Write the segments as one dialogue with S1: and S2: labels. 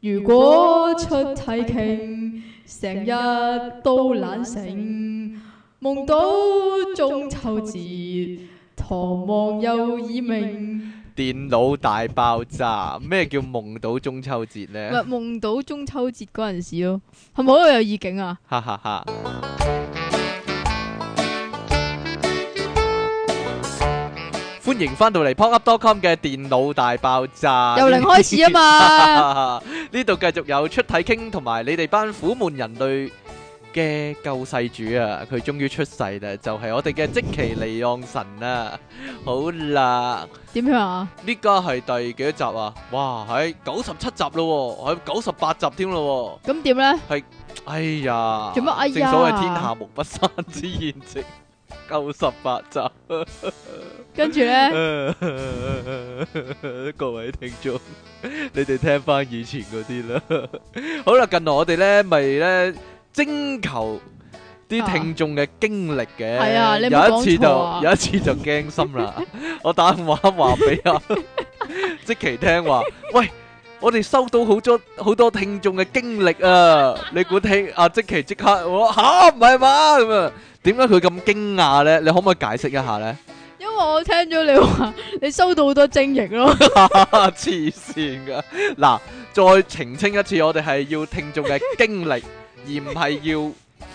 S1: 如果出體傾，成日都懶醒，夢到中秋節，唐望又耳鳴。
S2: 電腦大爆炸，咩叫夢到中秋節
S1: 咪
S2: 呢？
S1: 夢到中秋節嗰陣時咯，係咪好有意境啊？
S2: 哈哈哈！歡迎翻到嚟 p o p u p c o m 嘅電腦大爆炸，
S1: 由零開始 啊嘛
S2: 呢度繼續有出體傾同埋你哋班苦悶人類嘅救世主啊！佢終於出世啦，就係我哋嘅即其利昂神啦。好啦。
S1: 點樣啊？
S2: 呢家係第幾多集啊？哇，喺九十七集咯喎，喺九十八集添咯
S1: 咁點咧？
S2: 喎。哎呀，
S1: 做乜哎呀
S2: 正所謂天下無不散之筵席，九十八集。
S1: 跟住咧，
S2: Ờ. 各位聽眾，你哋聽翻以前嗰啲 啦。好啦，近來我哋咧咪咧徵求啲
S1: 啊
S2: 聽眾嘅經歷嘅。
S1: 係啊你有冇
S2: 有一次
S1: 講錯啊
S2: 就有一次就驚心啦。我打電話話俾 阿即其聽話，喂。我哋收到好多好多聽眾嘅經歷啊！你估聽阿即其即刻我吓唔係嘛咁啊？點解佢咁驚訝咧？你可唔可以解釋一下咧？
S1: 因為我聽咗你話你收到好多精液咯，
S2: 黐線噶！嗱，再澄清一次，我哋係要聽眾嘅經歷，而唔係要，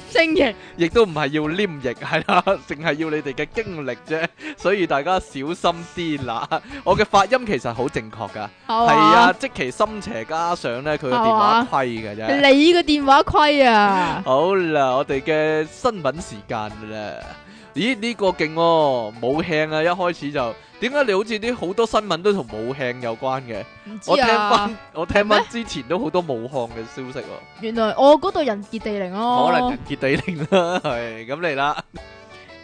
S1: 精液
S2: 亦都唔係要黏液，係啦， 淨係要你哋嘅經歷啫。所以大家小心啲啦。我嘅發音其實好正確噶，
S1: 係
S2: 係
S1: 嘛
S2: 啊，？即其心邪加上咧，佢嘅
S1: 係
S2: 電話
S1: 嘛
S2: 虧嘅啫。
S1: 你個電話虧啊！
S2: 好啦，我哋嘅新聞時間啦。咦，呢、個勁喎、冇慶啊！一開始就點解你好似啲好多新聞都同冇慶有關嘅？
S1: 唔知
S2: 我聽
S1: 啊
S2: 翻，我聽翻之前都好多武漢嘅消息喎，
S1: 原來我嗰度人傑地靈咯。
S2: 可能人傑地靈 啦，係咁嚟啦，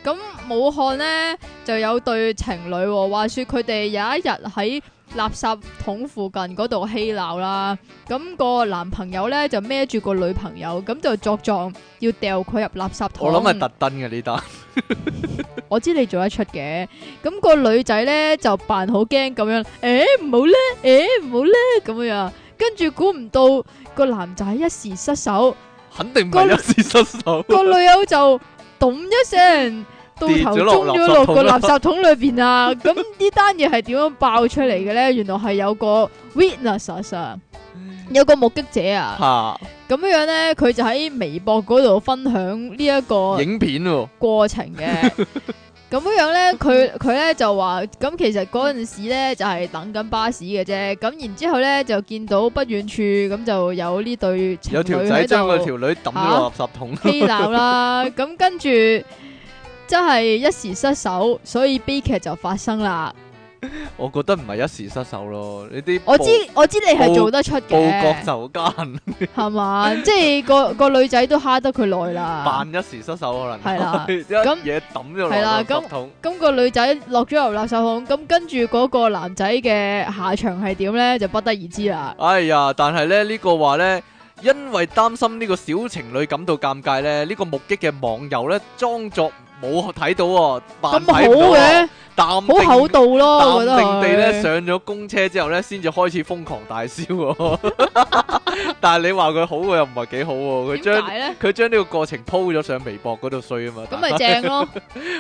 S1: 咁武漢呢就有對情侶、喎，話說佢哋有一日喺垃圾桶附近嗰度嬉鬧啦，咁、個男朋友呢就孭住個女朋友，咁就作狀要掉佢入垃圾桶。
S2: 我諗係特登嘅呢單，
S1: 我知你做得出嘅，咁、個女仔咧就扮好驚咁樣，誒唔好咧，誒唔好咧咁樣，跟住估唔到個男仔一時失手，
S2: 肯定唔係一時失手，
S1: 個女友就咚一 聲，到
S2: 跌
S1: 頭
S2: 咗
S1: 中
S2: 落
S1: 咗落個垃圾桶裏邊啊！ 咁呢單嘢係點樣爆出嚟嘅咧？原來係有個 witness 啊，有個目擊者啊，
S2: 吓
S1: 咁樣樣咧佢就喺微博嗰度分享呢一個。
S2: 影片喎，
S1: 過程 嘅。咁樣樣咧，佢佢咧就話，咁其實嗰陣時咧就係、等緊巴士嘅啫，咁然之後咧就見到不遠處咁就有呢對情
S2: 有條
S1: 侶
S2: 仔
S1: 喺
S2: 將個
S1: 度
S2: 條女抌咗落垃圾 桶，
S1: 嬉鬧啦，咁跟住真係一時失手，所以悲劇就發生啦。
S2: 我覺得唔係一時失手咯，呢啲
S1: 我知我知你係
S2: 報
S1: 做得出
S2: 報國
S1: 嘅，
S2: 仇奸，
S1: 係嘛？ 即係個個女仔都蝦得佢耐啦
S2: 扮。一時失手可能
S1: 係啦
S2: 一
S1: 咁
S2: 嘢抌咗落
S1: 係啦
S2: 垃圾桶，
S1: 咁個女仔落咗入垃圾桶，咁跟住嗰個男仔嘅下場係點咧，就不得而知啦。
S2: 哎呀，但係咧呢個話呢，因為擔心呢個小情侶感到尷尬呢，呢、個目擊嘅網友呢，裝作冇睇到喎，扮
S1: 咁好
S2: 睇唔
S1: 嘅，
S2: 到喎，
S1: 好厚
S2: 淡定
S1: 道啊咯，我覺得
S2: 淡定地呢，
S1: 佢。
S2: 上咗公車之後呢，先至開始瘋狂大笑喎。 但係你話佢好喎，又唔係幾好喎，佢
S1: 點
S2: 將
S1: 解咧？
S2: 佢將呢個過程 po 咗上微博嗰度衰啊嘛。
S1: 咁咪正 咯，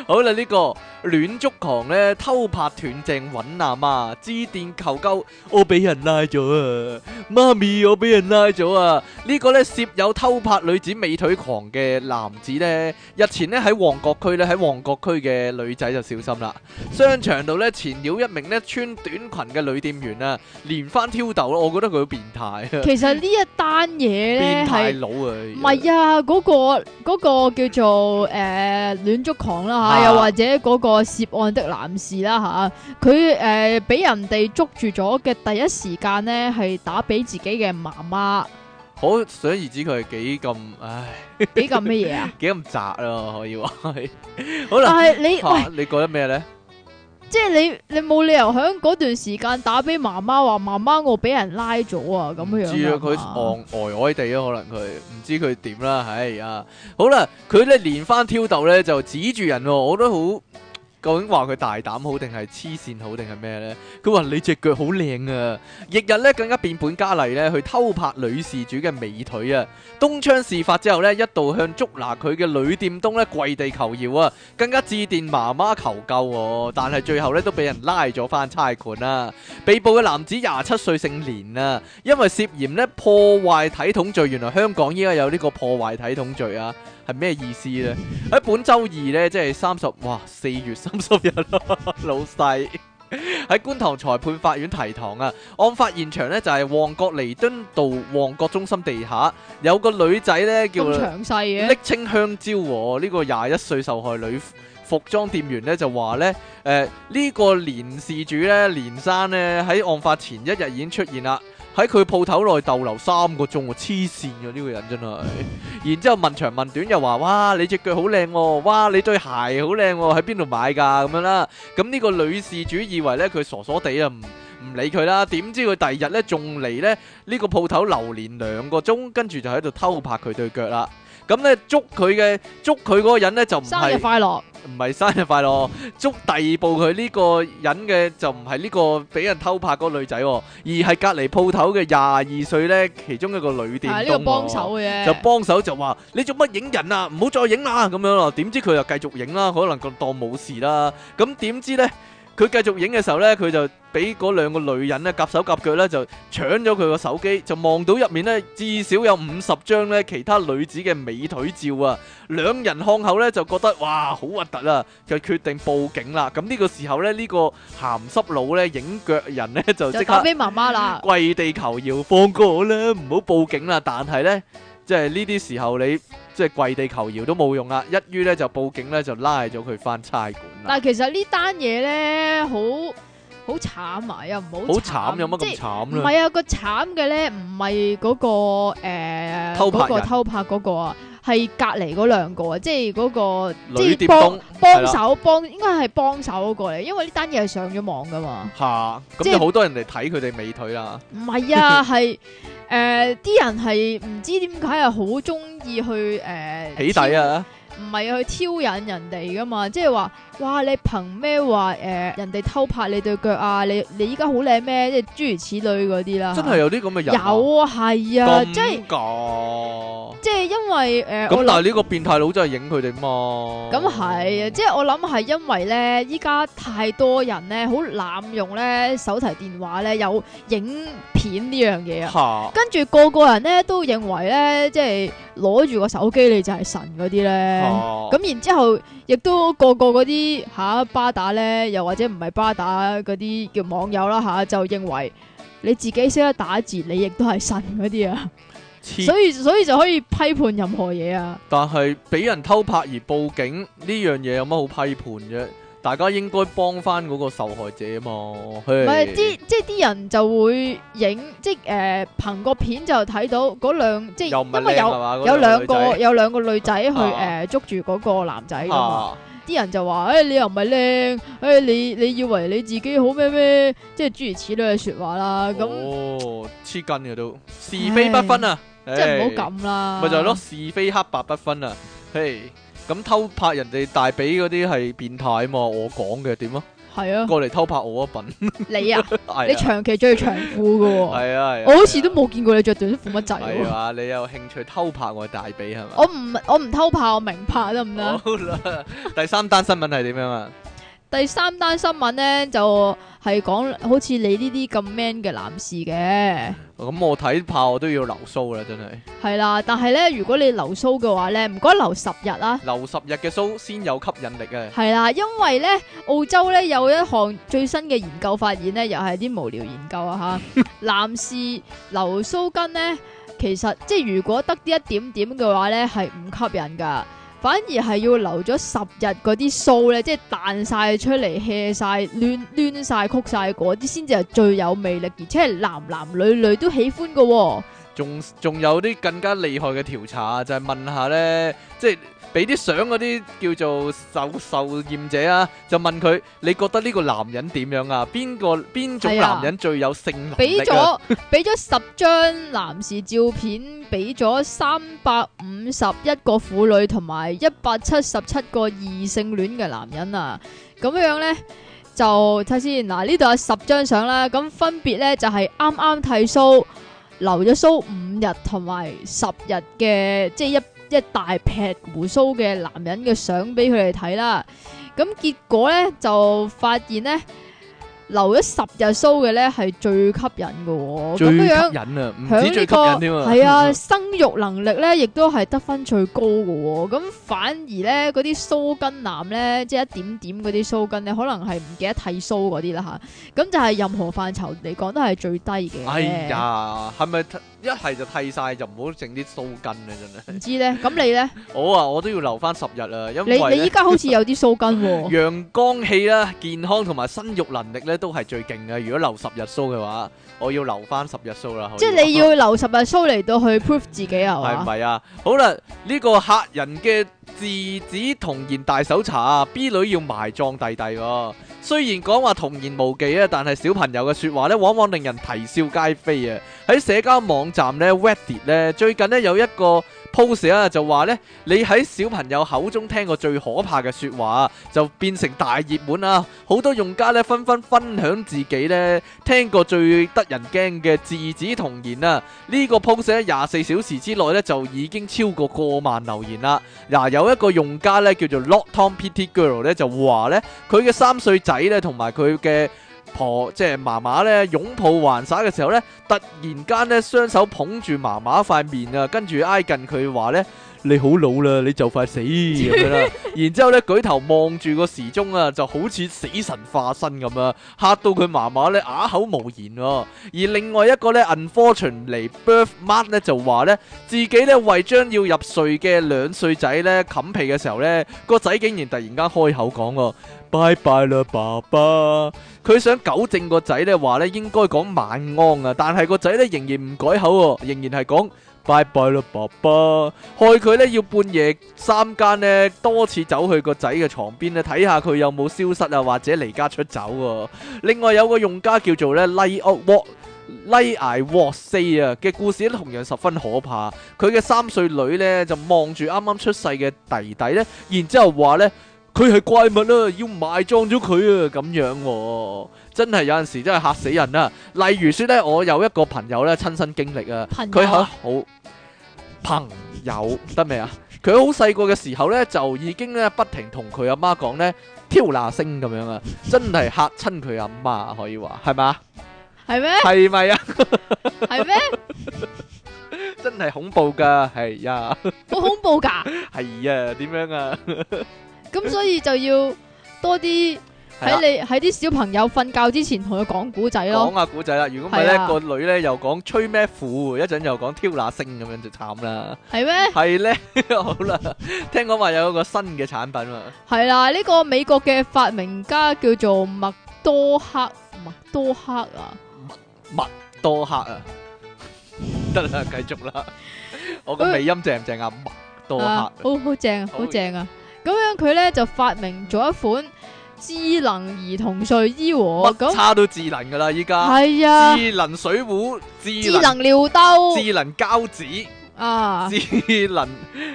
S2: 好啦，呢、個戀足狂咧偷拍斷正揾阿媽，致電求救，我俾人拉咗啊！媽咪，我俾人拉咗啊！呢、個呢涉有偷拍女子美腿狂嘅男子呢，日前呢喺旺角區呢，喺旺角區嘅女仔就小心啦，商場度呢，纏繞一名呢穿短裙嘅女店員啊，連番挑逗咯，我覺得佢好變態啊，
S1: 其實呢一單嘢咧
S2: 變態
S1: 係
S2: 佬啊，
S1: 唔係啊？嗰個嗰個叫做誒戀足狂啦
S2: 啊
S1: 嚇，又或者嗰個涉案的男士啦嚇，佢誒俾人哋捉住咗嘅第一時間咧係打俾自己嘅媽 媽，
S2: 可想而知佢係幾咁，唉，
S1: 幾咁乜 嘢啊？
S2: 幾咁宅咯，可以話係，好啦
S1: 但。係你
S2: 嚇
S1: 喂。
S2: 你覺得咩咧？
S1: 即係你你冇理由喺嗰段時間打俾媽媽話媽媽我俾人拉咗啊咁樣
S2: 唔知啊，
S1: 樣
S2: 佢
S1: 㗎嘛
S2: 戇呆呆地啊，可能佢唔知佢點啦，唉啊！好啦，佢咧連番挑逗咧就指住人喎，我都好究竟話佢大膽好定係黐線好定係咩呢？佢話你隻腳好靚啊！翌日咧更加變本加厲咧去偷拍女事主嘅美腿啊！東窗事發之後呢，一度向捉拿佢嘅女店東咧跪地求饒啊，更加致電媽媽求救喎、但係最後咧都俾人拉咗翻差館啊啦、被捕嘅男子廿七歲，姓連啊，因為涉嫌咧破壞體統罪，原來香港依家有呢個破壞體統罪啊，係咩意思呢？喺本周二呢，即係三十，哇，四月三十日咯， 老細喺觀塘裁判法院提堂啊，案發現場呢，就係、旺角彌敦道旺角中心地下有個女仔呢，叫
S1: 咁詳細嘅。
S2: 拎清香蕉喎，呢、個廿一歲受害女服裝店員咧就話咧，誒、呢、個連事主咧連生咧喺案發前一日已經出現啦，喺佢鋪頭內逗留三個鐘喎，黐線嘅呢個人真係。 然之後問長問短又話：哇，你只腳好靚喎，哇，你對鞋好靚喎，喺邊度買㗎？咁樣啦。咁呢個女事主以為咧佢傻傻地啊，唔唔理佢啦。點知佢第二日咧仲嚟咧呢個鋪頭流連兩個鐘，跟住就喺度偷拍佢對腳啦。咁咧捉佢嘅捉佢嗰個人咧就唔
S1: 生日
S2: 係
S1: 快樂！
S2: 唔係生日快樂，捉逮捕佢呢個人嘅就唔係呢個俾人偷拍嗰個女仔喎，而係隔離鋪頭嘅廿二歲咧其中一個女店
S1: 係呢
S2: 東
S1: 個
S2: 喎
S1: 幫手啊嘅啫，
S2: 就幫手就話你做乜影人啊？唔好再影啦咁樣咯。點知佢又繼續影啦，可能個當冇事啦。咁點知呢？佢繼續影嘅時候呢，佢就俾嗰兩個女人呢夾手夾腳呢，就搶咗佢個手機，就望到入面呢，至少有五十張呢其他女子嘅美腿照啊！兩人看後呢，就覺得哇好核突啊，就決定報警啦。咁呢個時候呢，呢、個鹹濕佬呢，影腳人呢，就
S1: 就
S2: 即
S1: 打
S2: 刻。
S1: 俾媽媽啦。
S2: 跪地求饒，放過我啦，唔好報警啦。但係呢，即係呢啲時候你即係跪地求饒都冇用啦，啊一於呢就報警呢，就拉咗佢翻差館啦。
S1: 但係其實呢單嘢咧，好好慘啊，又唔
S2: 好
S1: 好
S2: 慘，有乜
S1: 即
S2: 咁
S1: 係
S2: 慘
S1: 唔
S2: 呢？
S1: 係啊，個慘嘅咧，唔係嗰個誒
S2: 偷拍
S1: 嗰個
S2: 人
S1: 偷拍嗰個啊，係隔離嗰兩個啊，即係嗰個
S2: 女
S1: 即係
S2: 店
S1: 幫
S2: 東係
S1: 幫
S2: 啦
S1: 手幫，應該係幫手嗰個嚟，因為呢單嘢係上咗網噶嘛。
S2: 吓，咁
S1: 即係
S2: 就好多人嚟睇佢哋美腿啦。
S1: 唔係 啊，係誒啲人係唔知點解係好中意去誒
S2: 起底啊，
S1: 唔係去挑引人哋噶嘛，即係話，哇！你憑咩話誒人哋偷拍你對腳啊？你你依家好靚咩？即係諸如此類嗰啲啦。
S2: 真係有啲咁嘅
S1: 有
S2: 人啊。
S1: 啊，係啊，即係
S2: 咁噶。
S1: 即係因為誒、呃
S2: 咁
S1: 我
S2: 但
S1: 諗
S2: 係呢個變態佬真係影佢哋嘛？
S1: 咁係啊，即係我諗係因為咧，依家太多人咧，好濫用咧手提電話咧有影片呢樣嘢啊。
S2: 吓，
S1: 跟住個個人咧都認為咧，即係攞住個手機你就係神嗰啲咧。
S2: 咁
S1: 咁然之後，亦都個個嗰啲嚇巴打咧，又或者唔係巴打嗰啲叫網友啦嚇、就認為你自己識得打字，你亦都係神嗰啲 啊，所以所以就可以批判任何嘢啊。
S2: 但係俾人偷拍而報警呢樣嘢有乜好批判啫？大家應該幫翻嗰個受害者嘛。
S1: 唔
S2: 唔
S1: 係啲即係啲人就會影即係誒、呃、憑個片就睇到嗰兩即
S2: 又
S1: 係
S2: 唔係
S1: 因為
S2: 靚係
S1: 有
S2: 嘛嗰
S1: 有
S2: 兩
S1: 兩
S2: 個
S1: 個
S2: 女
S1: 有兩個女仔去誒、
S2: 啊
S1: 呃捉住嗰個男仔
S2: 仔
S1: 㗎嘛。
S2: 啊
S1: 啲人就話：，誒、哎你又唔係靚，誒、哎你你以為你自己好咩咩？即係諸如此類嘅説話啦。咁、
S2: 哦黐筋嘅都是非不分啊！
S1: 即係唔
S2: 唉
S1: 好，咁啦。
S2: 咪就係咯，。是非黑白不分啊！嘿，咁偷拍人哋大髀嗰啲係變態嘛？我講嘅點啊？
S1: 係啊，
S2: 過嚟偷拍我啊笨！
S1: 你啊，
S2: 係
S1: 你
S2: 啊
S1: 長期着長褲嘅喎，
S2: 係啊係啊，
S1: 我好似都冇見過你着短褲乜滯
S2: 係
S1: 喎。
S2: 啊！你有興趣偷拍我大髀係嘛？
S1: 我唔我唔偷拍，我明拍得唔得？
S2: 好啦，第三單新聞係點樣啊？
S1: 第三單新聞咧就係講好似你呢啲咁 man 嘅男士嘅。
S2: 哦咁我睇怕我都要留鬚啦，真係
S1: 係啦，但係咧，如果你留鬚嘅話咧，唔該留十日啦。
S2: 留十日嘅鬚先有吸引力啊！
S1: 係啦，因為咧澳洲咧有一項最新嘅研究發現咧，又係啲無聊研究啊吓，男士留鬚根咧，其實即係如果得啲一點點嘅話咧，係唔吸引噶，反而係要留咗十日嗰啲鬚咧，即係彈晒出嚟 hea 晒、攣攣晒、曲晒嗰啲，先至係最有魅力，而且係男男女女都喜歡噶、喎。
S2: 仲仲有啲更加厲害嘅調查，啊就係、問下呢，即係俾啲相嗰啲叫做受受驗者啊，就問佢你覺得呢個男人點樣啊？邊個邊種
S1: 係啊
S2: 男人最有性能
S1: 俾
S2: 力啊？
S1: 咗俾咗十張男士照片，俾咗三百五十一個婦女同埋一百七十七個異性戀嘅男人啊！咁樣咧就睇先嗱，呢度有十張相啦，咁分別咧就係啱啱剃須、留咗須五日同埋十日嘅，即係一一大撇胡鬚嘅男人嘅相俾佢哋睇啦。咁結果咧就發現咧留咗十日須嘅咧係最吸引嘅喎，
S2: 最
S1: 咁
S2: 吸
S1: 樣。
S2: 引啊，唔
S1: 響
S2: 止
S1: 呢
S2: 最吸
S1: 個
S2: 引添啊，
S1: 係 啊，生育能力咧，亦都係得分最高嘅喎、咁反而咧，嗰啲鬚根男咧，即係一點點嗰啲鬚根咧，可能係唔記得剃鬚嗰啲啦吓。咁就係任何範疇嚟講都係最低嘅。
S2: 哎，呀，係咪剃一係就剃晒，就唔好整啲鬚根啊！真係，
S1: 唔知咧，咁你咧，
S2: 我啊，我都要留翻十日啊，因為
S1: 你你依
S2: 咧
S1: 家好似有啲鬚根喎、
S2: 陽光氣啦、健康同埋生育能力咧都係最勁嘅。如果留十日鬚嘅話，我要留翻十日鬚啦。可以
S1: 即係你要留十日鬚嚟到去 prove 自己啊
S2: 係
S1: 嘛。
S2: 咪啊？好啦，呢、個客人嘅字子童言大搜查啊，B 女要埋葬弟弟、喎。雖然講話童言無忌啊，但係小朋友嘅説話呢，往往令人啼笑皆非啊！喺社交網站呢 w e d d i t 呢，最近呢有一個 post 啊，就話呢：「你喺小朋友口中聽過最可怕嘅説話，就變成大熱門啊！好多用家呢，紛紛分享自己呢聽過最得人驚嘅字子童言啊！呢個 post 咧廿四小時之內咧就已經超過過萬留言啦。嗱、有一個用家咧叫做 Lot Tom Pity Girl 咧就話咧，佢嘅三歲仔咧同埋佢嘅婆即係媽媽咧擁抱還耍嘅時候咧，突然間咧雙手捧住媽媽塊面啊，跟住挨近佢話咧。你好老啦，你就快死咁樣啦，然之後咧舉頭望住個時鐘啊，就好似死神化身咁啊，嚇到佢媽媽咧啞口無言喎、而另外一個咧 unfortunately birth mark 咧就話咧自己咧為將要入睡嘅兩歲仔咧冚被嘅時候咧，個仔竟然突然間開口講喎。拜拜啦，爸爸！佢想糾正個仔咧，話咧應該講晚安啊，但係個仔咧仍然唔改口喎，仍然係講拜拜啦，爸爸！害佢咧要半夜三更咧多次走去個仔嘅床邊咧睇下佢有冇消失啊，或者離家出走喎、另外有個用家叫做咧 Lay Out Walk。Lay I Walk Say 啊嘅故事咧同樣十分可怕，佢嘅三歲女咧就望住啱啱出世嘅弟弟咧，然之後話咧佢係怪物啦，要埋葬咗佢啊咁樣、喎，真係有陣時真係嚇死人啦、例如說咧，我有一個朋友咧親身經歷啊，
S1: 朋友
S2: 佢喺
S1: 啊
S2: 好朋友得未啊？佢好細個嘅時候咧就已經咧不停同佢阿媽講咧挑那星咁樣啊，真係嚇親佢阿媽可以話係嘛？
S1: 係咩？
S2: 係咪啊？
S1: 係咩？
S2: 真係恐怖噶，係呀，
S1: 好恐怖㗎！
S2: 係呀，點樣啊？
S1: 咁所以就要多啲
S2: 係啦
S1: 喺你喺啲小朋友瞓覺之前同佢講古仔咯
S2: 講。下古仔啦，如果唔係
S1: 係
S2: 咧，
S1: 啊
S2: 個女咧又講吹咩苦，一陣又講挑那星咁樣就慘啦。
S1: 係咩？
S2: 係咧， 好啦，聽講話有個新嘅產品啊，
S1: 係啦，呢、個美國嘅發明家叫做麥多克，麥多克啊，
S2: 多 客啊，得啦，繼續啦。我個尾音正唔正啊？多客
S1: 啊
S2: 啊，
S1: 好好正啊，
S2: 好
S1: 好正啊！咁樣佢咧就發明咗一款智能兒童睡衣喎，
S2: 乜啊
S1: 咁
S2: 差都智能噶啦，依家
S1: 係啊，
S2: 智能水壺、智
S1: 智
S2: 能
S1: 能尿兜
S2: 智能膠紙。
S1: 啊，
S2: 智能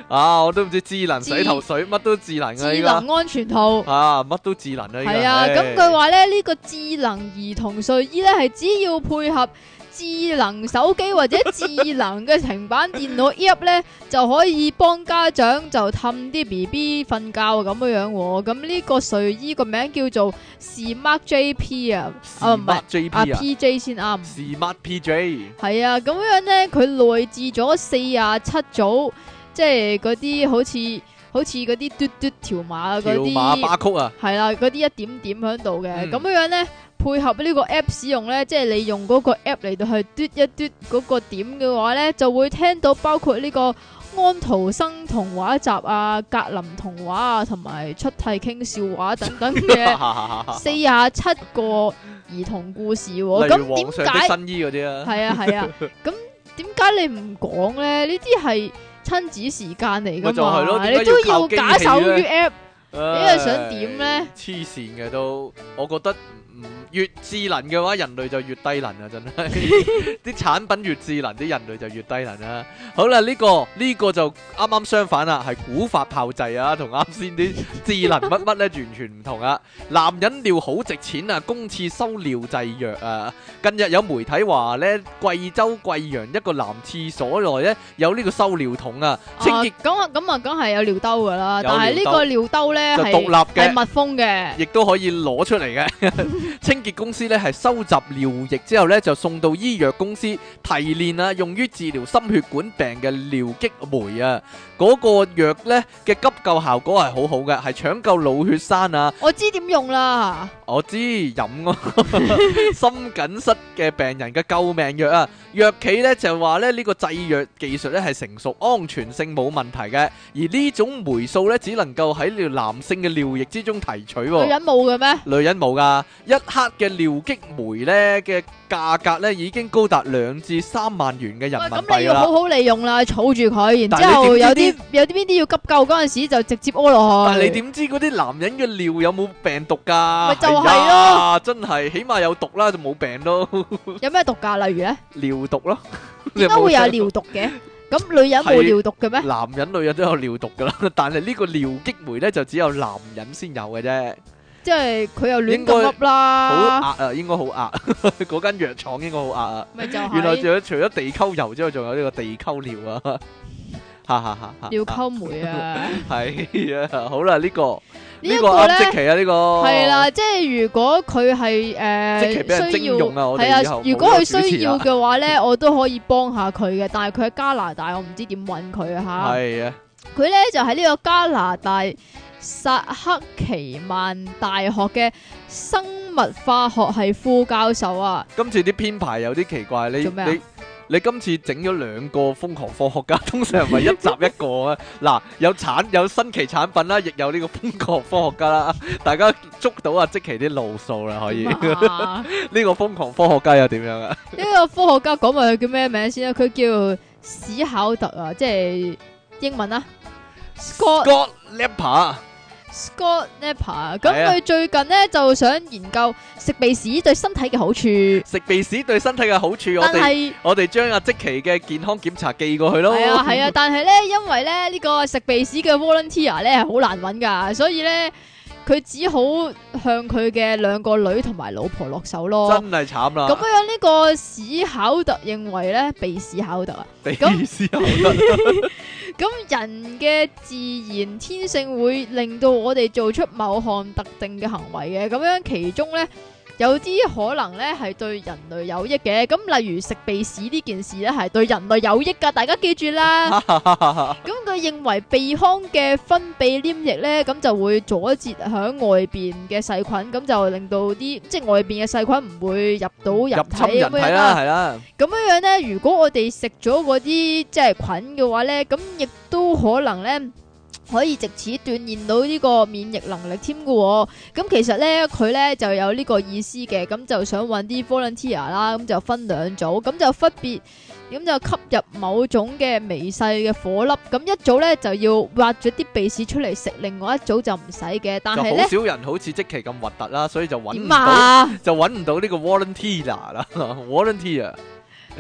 S2: 啊，我都唔知智能洗頭水，乜都智能啊！
S1: 智
S2: 依家
S1: 能安全套。
S2: 啊，乜都智能啊！依家
S1: 係啊，
S2: 唉
S1: 咁佢話咧呢、個智能兒童睡衣咧係只要配合智能手機或者智能嘅平板電腦 app 咧，就可以幫家長就氹啲 B B 瞓覺咁樣樣喎。咁呢個睡衣個名叫做 Smart JP 啊，啊唔係
S2: Smart
S1: 啊
S2: JP 啊
S1: PJ 先啱。
S2: ，Smart PJ
S1: 係啊，咁樣咧，佢內置咗四啊七組，即係嗰啲好似好似嗰啲嘟嘟條碼嗰
S2: 條碼
S1: 啲。
S2: 巴曲啊，
S1: 系啦，嗰啲一點點喺度嘅，
S2: 嗯
S1: 咁、樣樣咧配合呢個 app 使用咧，即係你用嗰個 app 嚟到去嘟一嘟嗰個點嘅話咧，就會聽到包括呢個安徒生童話集啊、格林童話啊，同埋出體傾笑話等等嘅 四廿七個兒童故事喎、
S2: 例如
S1: 咁
S2: 皇
S1: 點
S2: 上的
S1: 解？
S2: 新衣嗰啲啊，
S1: 係啊係 啊，咁點解你唔講咧？呢啲係親子時間嚟
S2: 咪
S1: 噶
S2: 就係咯
S1: 嘛，
S2: 點解
S1: 你都
S2: 要靠
S1: 要
S2: 機
S1: 假手
S2: 器
S1: 於
S2: 咧
S1: app。
S2: 你
S1: 你又想點咧？
S2: 黐線嘅都，我覺得唔唔越智能嘅話，人類就越低能啊！真係啲產品越智能，啲人類就越低能啦。好啦，呢、個呢、個就啱啱相反啦，係古法炮製啊，同啱先啲智能乜乜咧完全唔同啊！男人尿好值錢啊，公廁收尿製藥啊！近日有媒體話咧，貴州貴陽一個男廁所內咧有呢個收尿桶啊，清潔
S1: 咁啊咁啊，梗系有尿兜噶啦，
S2: 有
S1: 但系呢
S2: 尿兜
S1: 个尿兜咧
S2: 就
S1: 系
S2: 獨立
S1: 系
S2: 嘅。
S1: 密封嘅，
S2: 亦都可以攞出嚟嘅。 清潔公司咧係收集尿液之後咧，就送到醫藥公司提煉啊，用於治療心血管病嘅尿激酶啊。嗰、個藥咧嘅急救效果係好好嘅，係搶救腦血栓啊。
S1: 我知点用啦。
S2: 我知飲啊，心緊室嘅病人嘅救命藥啊，藥企咧就話咧呢個製藥技術咧係成熟，安全性冇問題嘅，而呢種酶素咧只能夠喺男性嘅尿液之中提取喎、
S1: 女人冇嘅咩？
S2: 女人冇噶，一克嘅尿激酶咧嘅價格咧已經高達兩至三萬元嘅
S1: 喂，
S2: 人民
S1: 咁你
S2: 幣
S1: 要
S2: 啦
S1: 好。好利用啦，儲住佢，然
S2: 但
S1: 之
S2: 係你
S1: 后有
S2: 點知
S1: 啲有啲边啲要急救嗰阵时就直接屙落
S2: 但
S1: 去。
S2: 係你點知嗰啲男人嘅尿有冇病毒㗎？
S1: 咪就係咯
S2: 哎呀，真係起碼有毒啦，就冇病咯，
S1: 有咩毒噶？例如咧，
S2: 尿毒 咯。
S1: 点解會有尿毒嘅？咁女人冇
S2: 係
S1: 尿毒嘅咩？
S2: 男人、女人都有尿毒㗎啦， 但係呢個尿激酶咧就只有男人先有嘅啫，
S1: 即係佢又亂
S2: 應該
S1: 咁噏
S2: 好
S1: 啦，
S2: 壓啊，應該好壓。 嗰間藥廠應該好壓啊。
S1: 咪就
S2: 原來
S1: 係
S2: 仲有除咗地溝油之外，仲有呢個地溝尿啊！ 哈哈哈！哈
S1: 尿溝梅啊！
S2: 系啊，好啦，呢、個
S1: 呢
S2: 呢
S1: 一
S2: 個
S1: 個咧
S2: 啱即期啊，呢個
S1: 係啦，即係如果佢係诶
S2: 即期俾人
S1: 需
S2: 徵
S1: 要
S2: 用啊我哋
S1: 係啊
S2: 以後，冇
S1: 如果
S2: 咗主
S1: 佢
S2: 持
S1: 需要
S2: 啦
S1: 嘅話咧， 我都可以幫下佢嘅。但係佢喺加拿大，我唔知點揾佢啊吓。
S2: 係啊，
S1: 佢咧就喺呢個加拿大薩克奇曼大學嘅生物化學系副教授啊，
S2: 今次啲編排有啲奇怪，你
S1: 做咩啊
S2: 你你今次整咗兩個瘋狂科學家， 通常咪一集一個啊。嗱，有產有新奇產品啦，亦有呢個瘋狂科學家啦，大家捉到啊即期啲路數啦，可以。
S1: 點
S2: 呢
S1: 啊呢
S2: 個瘋狂科學家又點樣啊？
S1: 個科學家講埋佢叫咩名先啦，啊佢叫史考特啊，即係英文啊 Scott
S2: God Lepper
S1: Scott Napper。咁
S2: 係啊
S1: 佢最近咧就想研究食鼻屎對身體嘅好處，
S2: 食鼻屎對身體嘅好處，我
S1: 但
S2: 哋
S1: 係
S2: 我哋將阿即期嘅健康檢查寄過去咯。
S1: 係啊係啊，但係咧，因為咧呢、個食鼻屎嘅 volunteer 咧係好難揾噶，所以咧佢只好向佢嘅兩個女同埋老婆落手咯。
S2: 真係啊慘啦。
S1: 咁啊 樣呢個史考特認為咧，鼻屎考特啊，
S2: 鼻屎口得
S1: 咁人嘅自然天性會令到我哋做出某項特定嘅行為嘅，咁樣其中咧。有啲可能咧係對人類有益嘅，咁例如食鼻屎呢件事咧係對人類有益噶，大家記住啦。咁佢認為鼻腔嘅分泌黏液咧，咁就會阻截喺外邊嘅細菌，咁就令到啲即係外邊嘅細菌唔會入到人
S2: 入
S1: 體
S2: 侵人體
S1: 咁樣
S2: 啦，。係啦，
S1: 咁樣樣咧，如果我哋食咗嗰啲即係菌嘅話咧，咁亦都可能咧。可以藉此鍛鍊到呢個免疫能力添嘅喎，咁其實咧佢咧就有呢個意思嘅，咁就想揾啲 volunteer 啦，咁就分兩組，咁就分別咁就吸入某種嘅微細嘅火粒，咁一組咧就要挖咗啲鼻屎出嚟食，另外一組就唔使嘅，但
S2: 就
S1: 係
S2: 好
S1: 咧
S2: 少人好似即期咁核突啦，所以就揾唔
S1: 點
S2: 到，
S1: 啊？
S2: 就揾唔到呢個 volunteer 啦 ，volunteer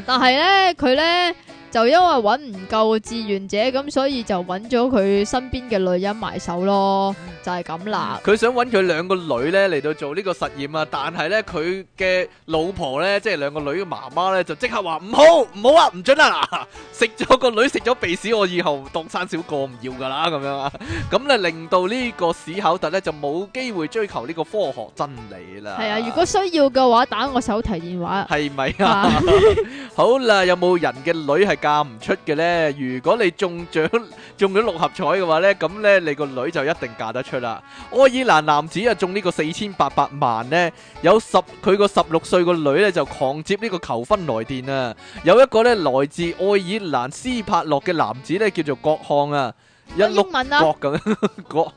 S1: 但系咧，佢咧就因為揾唔夠志願者，咁所以就揾咗佢身邊嘅女人埋手咯，
S2: 嗯
S1: 就係咁啦。
S2: 佢想揾佢兩個女咧嚟到做呢個實驗啊，但係咧佢嘅老婆咧，即係兩個女嘅媽媽咧，就即刻話唔好唔好啊，唔准啊嗱， 食咗個女食咗鼻屎，我以後當生小過唔要㗎啦咁樣啊，咁咧令到呢個史考特咧就冇機會追求呢個科學真理啦。
S1: 係啊，如果需要嘅話，打我手提電 話。
S2: 係咪啊？
S1: 啊，
S2: 好啦，有冇人嘅女係嫁唔出嘅呢？如果你中獎 中咗六合彩嘅話呢，咁呢，你個女就一定嫁得出啦。愛爾蘭男子啊中呢個四千八百萬呢，有十佢個十六歲個女呢就狂接呢個求婚來電啊！有一個呢來自愛爾蘭斯帕洛嘅男子呢，叫做郭漢啊，一
S1: 講
S2: 碌
S1: 英文啊，
S2: 角咁，郭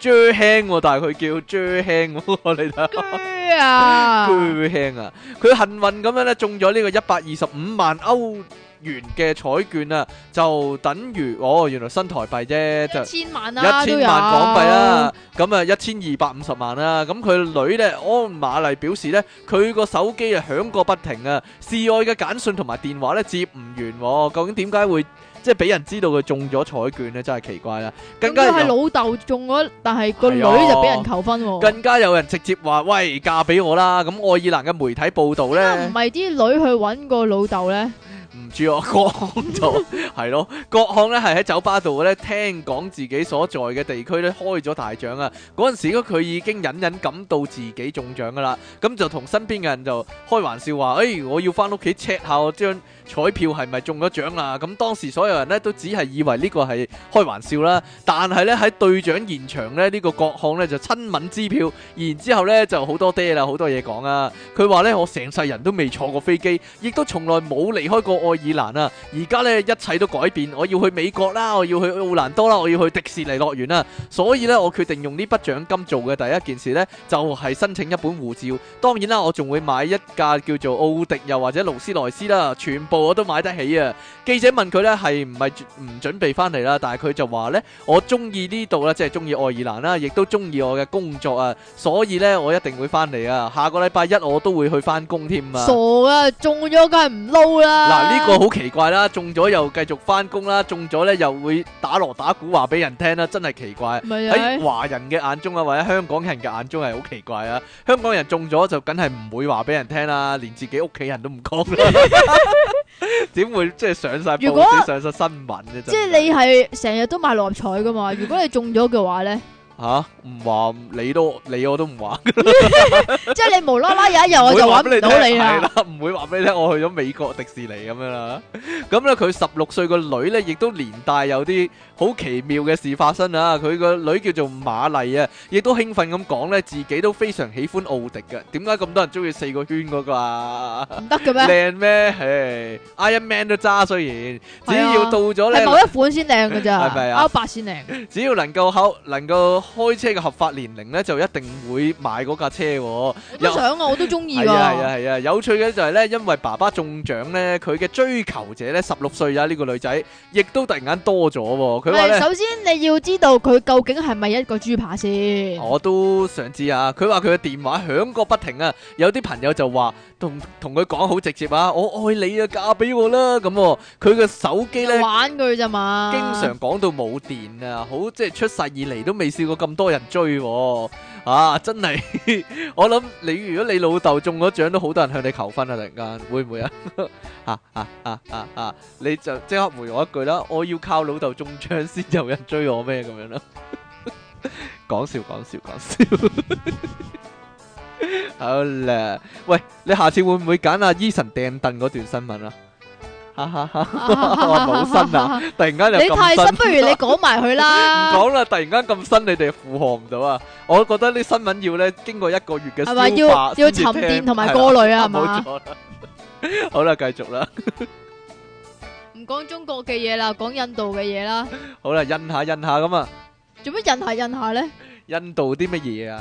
S2: 啫輕喎，但係佢叫啫輕喎，你睇。
S1: 鋸啊，
S2: 巨輕啊！佢幸運咁樣咧中咗呢個一百二十五萬歐元嘅彩券啊，就等於哦，原來新台幣啫，就
S1: 一千萬啊啦，
S2: 一千萬港幣啦，咁啊一千二百五十萬啦，咁佢女呢，安馬麗表示呢，佢個手機啊響個不停啊，示愛嘅簡訊同埋電話呢接唔完喎，究竟點解會即係俾人知道佢中咗彩券呢？真係奇怪啦，
S1: 都有，
S2: 更
S1: 咁
S2: 加
S1: 佢係
S2: 有
S1: 老豆中咗，但係個女
S2: 係啊
S1: 就俾人求婚喎。
S2: 更加有人直接話喂嫁俾我啦，咁愛爾蘭嘅媒體報導
S1: 點 解
S2: 呢
S1: 唔。係啲女去揾個老豆咧？
S2: 唔知啊，郭漢就係咯，郭漢咧係喺酒吧度咧，聽講自己所在嘅地區咧開咗大獎啊！嗰陣時咧佢已經隱隱感到自己中獎噶啦，咁就同身邊嘅人就開玩笑話：，誒、我要翻屋企 check 下我張彩票係咪中咗獎啦！咁當時所有人咧都只係以為呢個係開玩笑啦，但係咧喺對獎現場咧，呢、個郭漢咧就親吻支票，然之後咧就好多爹啦，好多嘢講啊！佢話咧，我成世人都未坐過飛機，亦都從來冇離開過愛爾蘭啊！而家咧一切都改變，我要去美國啦，我要去奧蘭多啦，我要去迪士尼樂園啦。啊所以咧，我決定用呢筆獎金做嘅第一件事咧，就係、申請一本護照。當然啦，我仲會買一架叫做奧迪又或者勞斯萊斯啦，全部我都買得起啊！記者問佢咧係唔係唔準備翻嚟啦，但係佢就話咧，我中意呢度啦，即係中意愛爾蘭啦，亦都中意我嘅工作啊，所以咧我一定會翻嚟啊！下個禮拜一我都會去翻工添啊！
S1: 傻噶，中咗梗係唔撈啦。
S2: 嗱，呢個好奇怪啦，中咗又繼續翻工啦，中咗咧又會打锣打鼓話俾人聽啦，真係奇怪。
S1: 咪
S2: 喺
S1: 係
S2: 哎華人嘅眼中啊，或者香港人嘅眼中係好奇怪啊！香港人中咗就梗係唔會話俾人聽 啦，連自己屋企人都唔講啦，點會即係上晒
S1: 如
S2: 報
S1: 果
S2: 紙、上晒新聞啫？
S1: 即係你係成日都買六合彩噶 嘛？如果你中咗嘅話咧，
S2: 嚇唔話你都你我都唔話，
S1: 即係你無啦啦有一日我就
S2: 唔會話
S1: 揾
S2: 俾
S1: 唔
S2: 聽
S1: 到你
S2: 係
S1: 啦。
S2: 啦，唔會話俾你聽我去咗美國迪士尼咁樣啦。咁咧佢十六歲個女咧，亦都連帶有啲好奇妙嘅事發生啊！佢個女叫做馬麗啊，亦都興奮咁講咧，自己都非常喜歡奧迪嘅。點解咁多人中意四個圈嗰個 啊？
S1: 唔得嘅咩？
S2: 靚咩？唉，Iron Man 都揸，雖然只
S1: 係啊
S2: 要到咗
S1: 係
S2: 咧。
S1: 某一款先靚㗎咋？
S2: 係咪啊
S1: 歐八先靚。
S2: 只要能夠考能夠開車嘅合法年齡咧，就一定會買嗰架車喎。
S1: 我
S2: 有
S1: 都想啊，我都中意
S2: 係啊係啊
S1: 㗎。
S2: 係啊！有趣嘅就係咧，因為爸爸中獎咧，佢嘅追求者咧十六歲啊，呢個女仔亦都突然間多咗喎。佢話
S1: 喂
S2: 咧，
S1: 首先你要知道佢究竟係咪一個豬扒先。
S2: 我都想知啊。佢話佢嘅電話響個不停啊，有啲朋友就話同同佢講好直接啊，我愛你啊，嫁俾我啦咁喎。佢嘅手機咧。
S1: 玩佢咋嘛？
S2: 經 常講到冇電啊，好即係出世以嚟都未試過咁多人追喎、啊！真係， 我諗你如果你老豆中咗獎，都好多人向你求婚啊！突然間會唔會啊？啊啊啊啊啊！你就即刻回我一句啦，我要靠老豆中獎先有人追我咩咁 樣啦？講笑講笑 講笑。好啦，喂，你下次會唔會揀阿 Eason 掟凳嗰段新聞啊？哈 哈哈！我冇身啊！突然 間
S1: 你
S2: 又咁
S1: 太
S2: 新
S1: 失，不如 你講埋佢
S2: 唔
S1: 啦。
S2: 講啦！突然間咁新，你哋負荷唔到啊！我覺得啲新聞要咧經過一個月嘅
S1: 係咪
S2: 消化
S1: 要要
S2: 先至
S1: 沉
S2: 聽
S1: 澱同埋
S2: 係啦
S1: 過濾 啊？係
S2: 冇
S1: 嘛？
S2: 錯啦。好啦，繼續啦，
S1: 唔講中國嘅嘢啦，講印度嘅嘢啦。
S2: 好啦，印下印下咁啊，
S1: 做乜印下印下咧？
S2: 印度啲乜嘢啊？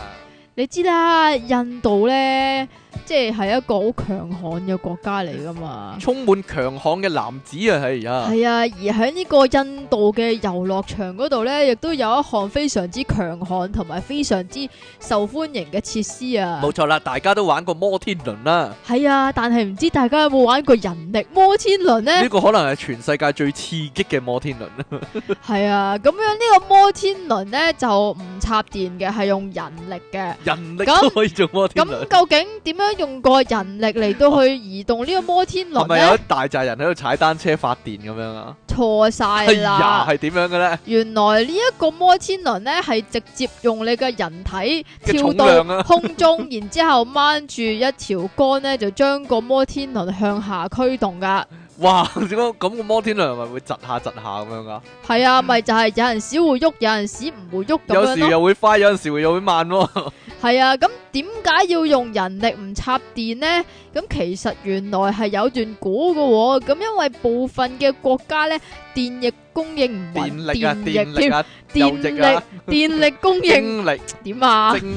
S1: 你知啦，印度咧，即係係一個好強悍嘅國家嚟噶嘛。
S2: 充滿強悍嘅男子啊，係啊，
S1: 係啊，而喺呢個印度嘅遊樂場嗰度咧，亦都有一項非常之強悍同埋非常之受歡迎嘅設施啊。
S2: 冇錯啦，大家都玩過摩天輪啦，
S1: 係啊，但係唔知大家有冇玩過人力摩天輪咧？
S2: 呢個可能係全世界最刺激嘅摩天輪 啦。
S1: 係啊，咁樣呢個摩天輪咧就唔插電嘅，係用人力嘅。
S2: 人力
S1: 咁
S2: 都可以做摩天
S1: 咁
S2: 輪，
S1: 究竟點樣用個人力嚟到去移動呢個摩天
S2: 係
S1: 輪
S2: 咪有一
S1: 咧？
S2: 大扎人喺度踩單車發電咁樣啊？
S1: 錯晒
S2: 哎呀，
S1: 啦！
S2: 係點樣嘅咧？
S1: 原來呢一個摩天輪咧係直接用你嘅人體
S2: 嘅
S1: 跳
S2: 重量
S1: 到
S2: 啊
S1: 空中， 然之後掹住一條杆咧，就將個摩天輪向下驅動噶。
S2: 哇！咁咁個摩天輪係咪會窒下窒下咁樣噶？
S1: 係啊，咪就係有陣時會喐，有陣時唔會喐咁
S2: 嗯有
S1: 樣
S2: 時
S1: 咯。
S2: 又會快，有陣時又會 慢喎。
S1: 系啊，咁點解要用人力唔插電呢？咁其實原來係有段估嘅喎，咁因為部分嘅國家呢，電力供應唔穩，
S2: 電力啊，
S1: 電
S2: 電
S1: 力
S2: 力
S1: 添
S2: 啊，嗯右翼啊，
S1: 電力供應
S2: 精力
S1: 點啊？
S2: 精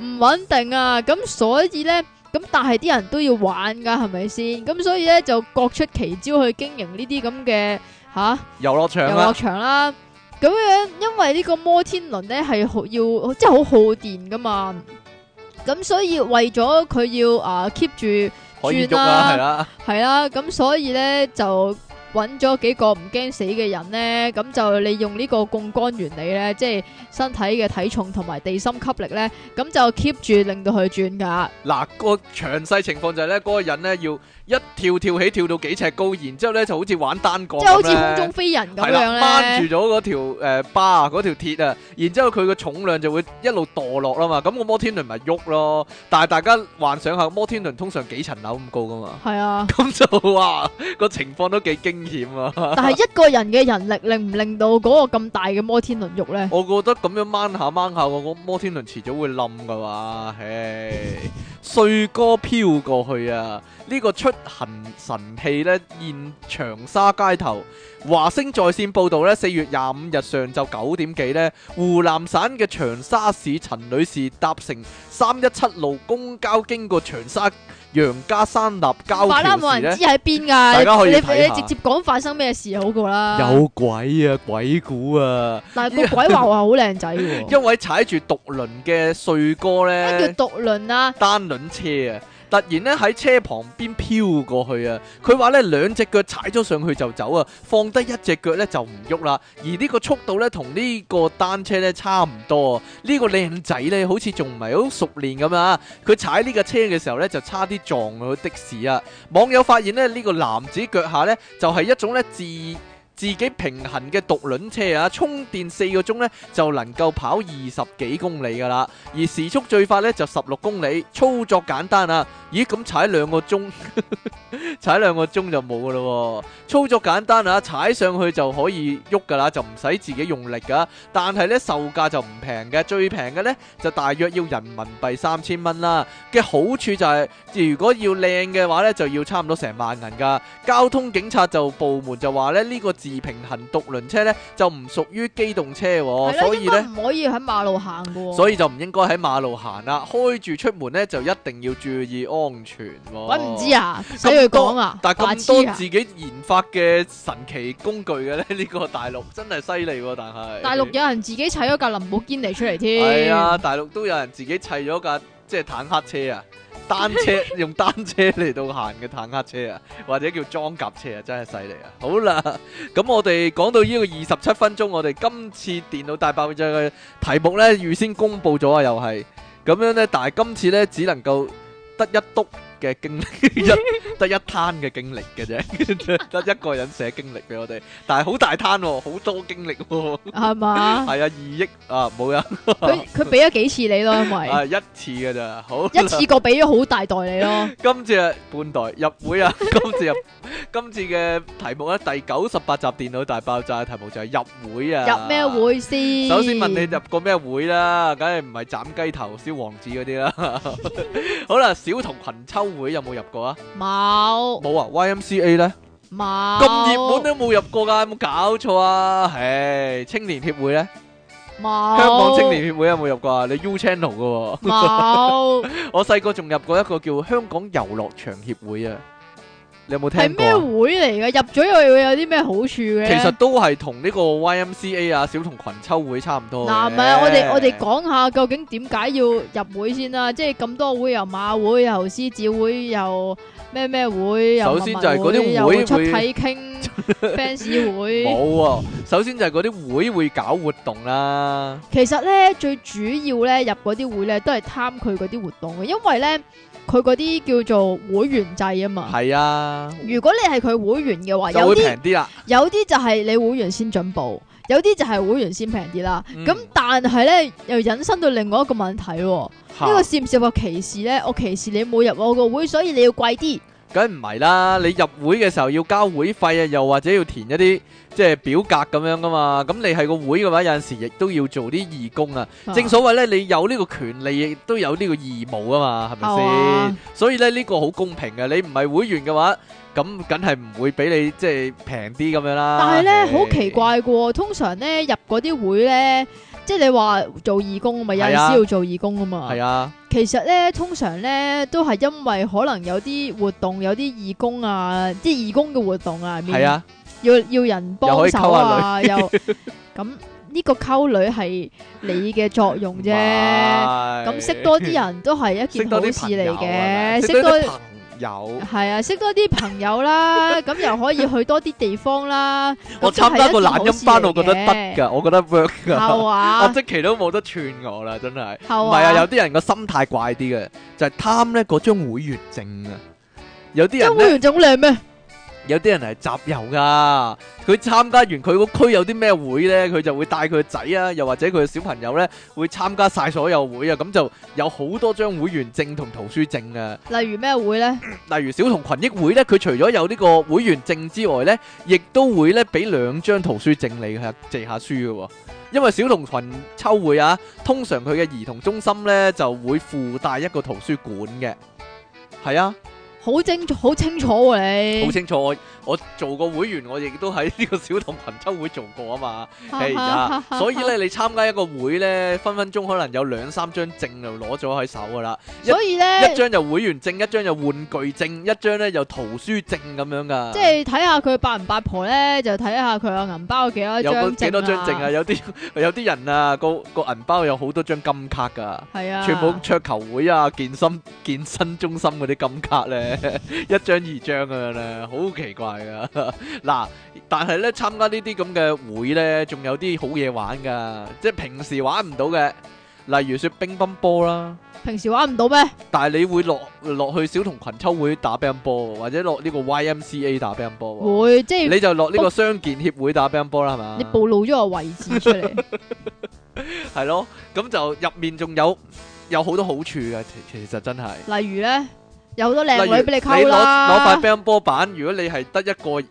S1: 唔穩定啊，咁所以呢，咁咁但係啲人都要玩噶，係咪先？咁所以咧就各出奇招去經營呢啲咁嘅吓
S2: 遊樂場啊
S1: 遊
S2: 啦
S1: 樂，場啦。咁樣因為呢個摩天輪咧係好要即係好耗電噶嘛，咁所以為咗佢要啊 keep 住。
S2: 可以喐
S1: 轉啊啦
S2: 啦，係啦，
S1: 系啦，咁所以咧就揾咗幾個唔驚死嘅人咧，咁就利用呢個槓桿原理咧，即係身體嘅體重同埋地心吸力咧，咁就 keep 住令到佢轉噶。
S2: 嗱，個詳細情況就係咧，嗰個人咧要一跳跳起跳到幾尺高，然之後咧就好似玩單槓
S1: 即係好似空
S2: 咁
S1: 中
S2: 哦咧，
S1: 飛人咁
S2: 係
S1: 樣
S2: 啦，
S1: 咧
S2: 掹，住咗嗰條誒巴嗰條鐵啊，然之後佢個重量就會一路墮落啦嘛，咁個摩天輪咪喐咯。但係大家幻想下，摩天輪通常幾層樓咁高噶嘛，，
S1: 係啊
S2: 咁就哇個情況都幾驚險啊！
S1: 但係一個人嘅人力令唔令到嗰個咁大嘅摩天輪喐咧？
S2: 我覺得咁樣掹下掹下，我個摩天輪遲早會冧噶嘛，唉，帥哥飄過去啊！呢、個出行神器呢，現長沙街頭。華星在線報導呢，四月廿五日上晝九點幾呢，湖南省嘅長沙市陳女士搭乘三一七路公交經過長沙楊家山立交
S1: 白啦，
S2: 橋
S1: 冇
S2: 時呢
S1: 人知。喺邊
S2: 大家
S1: 㗎，
S2: 可以
S1: 你
S2: 睇下
S1: 你直接講發生咩事好過啦。，
S2: 有鬼啊！鬼故啊！
S1: 但係個鬼話話好靚仔喎，
S2: 一位踩住獨輪嘅帥哥呢。
S1: 咩叫獨輪啊？
S2: 單輪車啊！突然咧喺車旁邊飄過去啊！佢話咧兩隻腳踩咗上去就走啊，放低一隻腳咧就唔喐啦。而呢個速度咧同呢個單車咧差唔多啊。呢、個靚仔咧好似仲唔係好熟練咁啊！佢踩呢架車嘅時候咧就差啲撞到的士啊！網友發現咧呢、個男子腳下咧就係、一種咧自自己平衡嘅獨輪車啊，充電四個鐘咧就能夠跑二十幾公里噶啦。而時速最快咧就十六公里，操作簡單啊！咦，咁踩兩個鐘， 踩兩個鐘就冇噶咯喎。操作簡單啊，踩上去就可以喐噶啦，就唔使自己用力噶。但係咧售價就唔平嘅，最平嘅咧就大約要人民幣三千蚊啦。嘅好處就係、如果要靚嘅話咧，就要差唔多成萬銀㗎。交通警察就部門就話咧，呢、個自平衡獨輪車咧就唔屬於機動車
S1: 係
S2: 喎，
S1: 啦，
S2: 哦所以
S1: 應該
S2: 咧。
S1: 唔可以喺馬路行嘅喎。
S2: 所以就唔應該喺馬路行啦，開住出門咧就一定要注意安全、喎。
S1: 鬼唔知啊，使佢講啊，
S2: 但
S1: 白
S2: 係哦咁
S1: 痴
S2: 多
S1: 啊！
S2: 自己研發嘅神奇工具嘅咧，呢、個大陸真係犀利喎！但係
S1: 大陸有人自己砌咗架林寶堅尼出嚟
S2: 係
S1: 添，
S2: 啊，大陸都有人自己砌咗架即係坦克車啊，單車用單車嚟到行嘅坦克車啊，或者叫裝甲車啊，真係犀利啊！好啦，咁我哋講到呢個二十七分鐘，我哋今次電腦大爆炸嘅題目呢，預先公布咗啊，又係咁樣呢。但係今次呢，只能夠得一篤嘅經歷， 一得一攤嘅經歷嘅啫， 得一個人寫經歷俾我哋，但係好大攤喎、好多經歷喎、
S1: 係嘛？
S2: 係啊，二億啊，冇啊。
S1: 佢佢俾咗幾次你咯，因
S2: 啊，
S1: 為
S2: 一次嘅咋，好
S1: 一次過俾咗好大袋你咯。
S2: 今次啊半代入會啊，今次入今次嘅題目咧，第九十八集電腦大爆炸嘅題目就係入會啊，
S1: 入咩？會先？
S2: 首先問你入過咩會啦，梗係唔係斬雞頭、燒王子嗰啲 啦。好啦，小童群秋會有冇入過啊？
S1: 冇
S2: 冇啊，YMCA 咧
S1: 冇
S2: 咁熱門都啊冇入過㗎，有冇搞錯啊？唉，青年協會咧，
S1: 冇
S2: 香港青年協會有冇入過啊？你 U Channel 嘅喎。
S1: 冇
S2: 我細個仲入過一個叫香港遊樂場協會啊，你有冇聽
S1: 係
S2: 過
S1: 咩
S2: 啊？
S1: 會嚟嘅？入咗又會有啲咩好處嘅
S2: 其
S1: 咧？
S2: 實都係同呢個 YMCA 啊、小童群秋會差唔多嘅。
S1: 嗱，唔係啊，我哋我哋講下究竟點解要入會先啦，即係咁多會，又馬會，又獅子會，又咩咩會，又
S2: 首先就係
S1: 係
S2: 嗰啲會
S1: 又出
S2: 會
S1: 體傾 fans 會。
S2: 冇喎。首先就係嗰啲會會搞活動啦，
S1: 其實咧，最主要咧入嗰啲會咧，都係貪佢嗰啲活動嘅，因為咧佢嗰啲叫做會員制啊嘛。
S2: 係啊，
S1: 如果你係佢會員嘅話，
S2: 就
S1: 有
S2: 會
S1: 啲
S2: 平啲啦。
S1: 有啲就係你會員先進步，有啲就係會員先平啲啦。
S2: 嗯
S1: 咁、但係咧又引申到另外一個問題喎。
S2: 嚇
S1: 呢個涉唔涉及歧視咧？我歧視你冇入我個會，所以你要貴啲。
S2: 梗唔係啦，你入會嘅時候要交會費啊，又或者要填一啲即係表格咁樣噶嘛。咁你係個會嘅話，有陣時亦都要做啲義工啊。
S1: Ờ。
S2: 正所謂咧，你有呢個權利，亦都有呢個義務啊嘛，係咪
S1: 係
S2: 先
S1: 啊？
S2: 所以咧，呢個好公平嘅。你唔係會員嘅話，咁梗係唔會俾你即係平啲咁樣啦。
S1: 啊但係咧
S2: 啊唉
S1: 好奇，怪嘅喎，通常咧入嗰啲會咧即係你話做義工啊嘛，有陣
S2: 係啊
S1: 時要做義工啊嘛。
S2: 係啊，
S1: 其實咧，通常咧都係因為可能有啲活動，有啲義工啊，即係義工嘅活動啊，
S2: 係啊，
S1: 要要人
S2: 又可
S1: 幫
S2: 以溝
S1: 手
S2: 下
S1: 啊，又 咁呢個溝女係你嘅作用 啫。咁
S2: 咁
S1: 識多啲人都係一
S2: 識
S1: 件好
S2: 多啲
S1: 事
S2: 朋友
S1: 嚟
S2: 啊
S1: 嘅，
S2: 識
S1: 識
S2: 多
S1: 多
S2: 啲朋 友。
S1: 係啊，識多啲朋友 啦，咁又可以去多啲地方啦。
S2: 我
S1: 咁都係
S2: 參加
S1: 一
S2: 個
S1: 件好
S2: 懶音
S1: 事
S2: 班，
S1: 嚟
S2: 我覺得得
S1: 嘅，
S2: 㗎，我覺得 work
S1: 係
S2: 㗎。 阿
S1: 嘛？
S2: 啊即期都冇得串我啦，真係。
S1: 係
S2: 唔係
S1: 嘛
S2: 啊，有啲人個心態怪啲嘅，就係貪咧嗰張會員證啊。有啲
S1: 張
S2: 人
S1: 會
S2: 咧，
S1: 員仲靚咩？
S2: 有啲人係集郵噶，佢參加完佢個區有啲咩會咧，佢就會帶佢個仔啊，又或者佢個小朋友咧會參加晒所有會啊，咁就有好多張會員證同圖書證啊。
S1: 例如咩會咧？
S2: 例如小童群益會咧，佢除咗有呢個會員證之外咧，亦都會咧俾兩張圖書證你係借下書嘅喎、因為小童群秋會啊，通常佢嘅兒童中心咧就會附帶一個圖書館嘅，係啊，
S1: 好清楚，好清楚喎
S2: 好
S1: 你。
S2: 清楚。我我做過會員，我亦都喺呢個小童群秋會做過啊嘛。哎呀，所以咧，你參加一個會咧，分分鐘可能有兩三張證就攞咗喺手噶啦。
S1: 所以咧
S2: 一，張就會員證，一張就玩具證，一張咧就圖書證咁樣噶。
S1: 即係睇下佢八唔八婆咧，就睇下佢有銀包有幾多
S2: 有個
S1: 張
S2: 幾多張證啊？
S1: 證啊？
S2: 有啲有啲人啊，個個銀包有好多張金卡噶，
S1: 係啊，
S2: 全部桌球會啊、健身健身中心嗰啲金卡咧， 一張二張咁樣咧，好奇怪噶。 嗱，但係咧參加呢啲咁嘅會咧，仲有啲好嘢玩噶，即係平時玩唔到嘅，例如説乒乓波啦。
S1: 平時玩唔到咩？
S2: 但係你會落落去小童群秋會打乒乓波，或者落呢個 YMCA 打乒乓波喎，
S1: 會即係
S2: 你就落呢個相健協會打乒乓波啦，係嘛？
S1: 你暴露咗個位置出嚟，
S2: 係咯，咁就入面仲有有好多好處嘅，其其實真係。
S1: 例如咧有好多
S2: 例
S1: 靚
S2: 如
S1: 女俾你溝
S2: 你攞攞塊
S1: 啦，
S2: 乒乓波板，如果你係得一個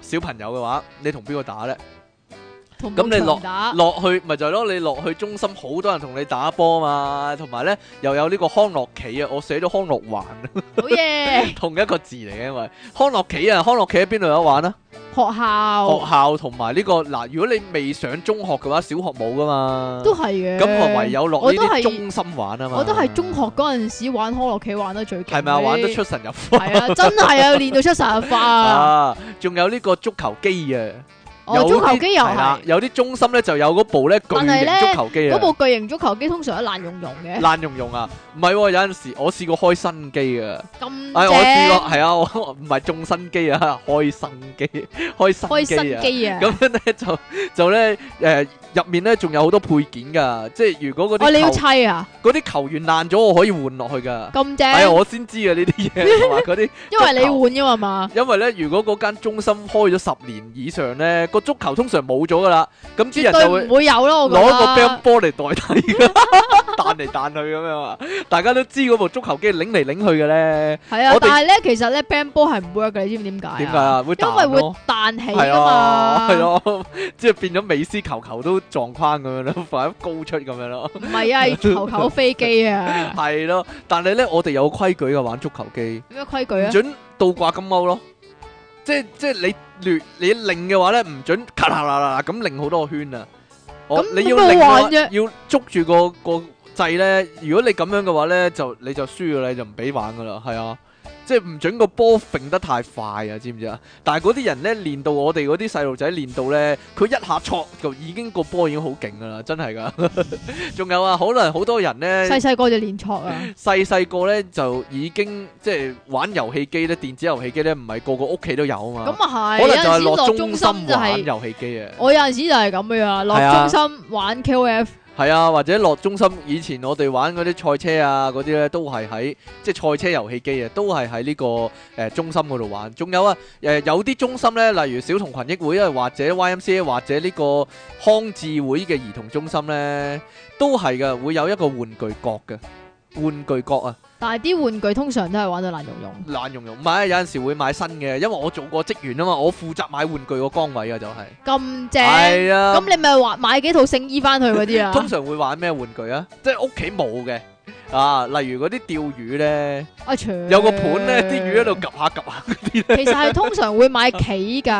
S2: 小朋友嘅話，你同邊個打呢？
S1: 同
S2: 咁你
S1: 冇
S2: 落
S1: 場打
S2: 落去咪就係咯，你落去中心好多人同你打波嘛，同埋呢又有呢個康樂棋啊，我寫咗康樂環，
S1: 好嘢，
S2: 同一個字嚟嘅，因為康樂棋啊，康樂棋喺邊度有得玩啊？
S1: 學校
S2: 學校同埋呢個嗱，如果你未上中學嘅話，小學冇噶嘛，
S1: 都係嘅。
S2: 咁我唯有落呢
S1: 我都
S2: 啲
S1: 係
S2: 中心玩啊嘛。
S1: 我都係中學嗰陣時玩康樂棋玩得最勁，
S2: 係咪啊？玩得出神入化
S1: 係啊，真係 啊，練到出神入化啊！
S2: 啊！仲有呢個足球機啊，
S1: 哦，足球機又
S2: 係啦
S1: 係，
S2: 有啲中心咧就有嗰部咧巨
S1: 但係
S2: 型
S1: 呢
S2: 足球機啊
S1: 嗰， 部巨型足球機通常都爛溶溶嘅，
S2: 爛溶溶啊！唔係喎，有陣時我試過開新機啊，
S1: 咁
S2: 哎，我試
S1: 正
S2: 過係啊，我 唔係中新機啊，開新機，
S1: 開
S2: 開新機
S1: 新
S2: 啊。
S1: 機啊！
S2: 咁樣咧就就咧誒入面咧仲有好多配件㗎，即係如果嗰
S1: 哦，你
S2: 啲
S1: 要
S2: 球
S1: 砌啊，
S2: 嗰啲球員爛咗，我可以換落去噶。
S1: 咁
S2: 係啊，
S1: 正，
S2: 我先知啊呢啲嘢，同埋嗰啲，
S1: 因為你換噶嘛嘛，
S2: 因為咧，如果嗰間中心開咗十年以上咧，個足球通常冇咗噶啦，咁啲
S1: 絕
S2: 人就會
S1: 對唔會有咯，我覺
S2: 攞個乒乓
S1: 得。
S2: 波嚟代替㗎， 彈嚟彈去咁樣啊！大家都知嗰部足球機擰嚟擰去嘅咧，
S1: 係啊
S2: 我，哋
S1: 但係咧，其實咧 band 波係唔 work 嘅，你知唔知點解啊？
S2: 點解啊？會
S1: 因為
S2: 彈
S1: 會
S2: 咯，
S1: 彈起
S2: 係
S1: 噶
S2: 啊，
S1: 嘛，
S2: 係咯， 即係變咗美斯球球都撞框咁樣咯，或者高出咁樣咯，
S1: 唔係啊，係球球飛 機啊，
S2: 係咯。但係咧，我哋有規矩嘅玩足球機。
S1: 咩規
S2: 唔
S1: 矩啊？
S2: 准倒掛金鈎咯。即即你亂你擰嘅話咧，唔准咔啦啦啦咁擰好多個圈啊！我
S1: 咁
S2: 你要
S1: 咁
S2: 擰嘅話
S1: 好玩啫
S2: 要捉住個個掣咧。如果你咁樣嘅話咧，就你就輸噶啦，你就唔俾玩噶啦，係啊！即係唔准個波揈得太快啊，知唔知啊？但係嗰啲人咧練到我哋嗰啲細路仔練到咧，佢一下戳就已經個波已經好勁噶啦，真係噶。 仲有啊，可能好多人咧。
S1: 細細個就練錯啊，
S2: 細細個咧就已經即係玩遊戲機咧，電子遊戲機咧唔係個個屋企都有啊
S1: 咁
S2: 嘛，
S1: 啊
S2: 可
S1: 係，有
S2: 能就
S1: 陣
S2: 係
S1: 時落
S2: 落
S1: 中
S2: 中
S1: 心
S2: 心
S1: 就
S2: 玩
S1: 係，
S2: 遊戲機啊，
S1: 我有陣時就係咁樣啊，
S2: 係啊
S1: 落中心玩 KOF，
S2: 係啊，或者落中心以前我哋玩嗰啲賽車啊嗰啲咧，都係喺即係賽車遊戲機啊，都係喺呢個誒、呃中心嗰度玩。仲有啊，誒、有啲中心咧，例如小童群益會啊，或者 YMCA 或者呢個康智會嘅兒童中心咧，都係嘅，會有一個玩具角嘅玩具角啊。
S1: 但係啲玩具通常都係玩到爛溶溶，
S2: 爛融融，唔係有陣時會買新嘅，因為我做過職員啊嘛，我負責買玩具個崗位啊，就係。
S1: 咁正，
S2: 係啊
S1: 咁，你咪話買幾套聖衣翻去嗰啲
S2: 通
S1: 啊？
S2: 常會玩咩玩具啊？即係屋企冇嘅啊，例如嗰啲釣魚咧，
S1: 啊，全
S2: 有個盤
S1: 嗯
S2: 咧，啲魚喺度，及下及下，
S1: 其實係通常會買棋㗎，
S2: 企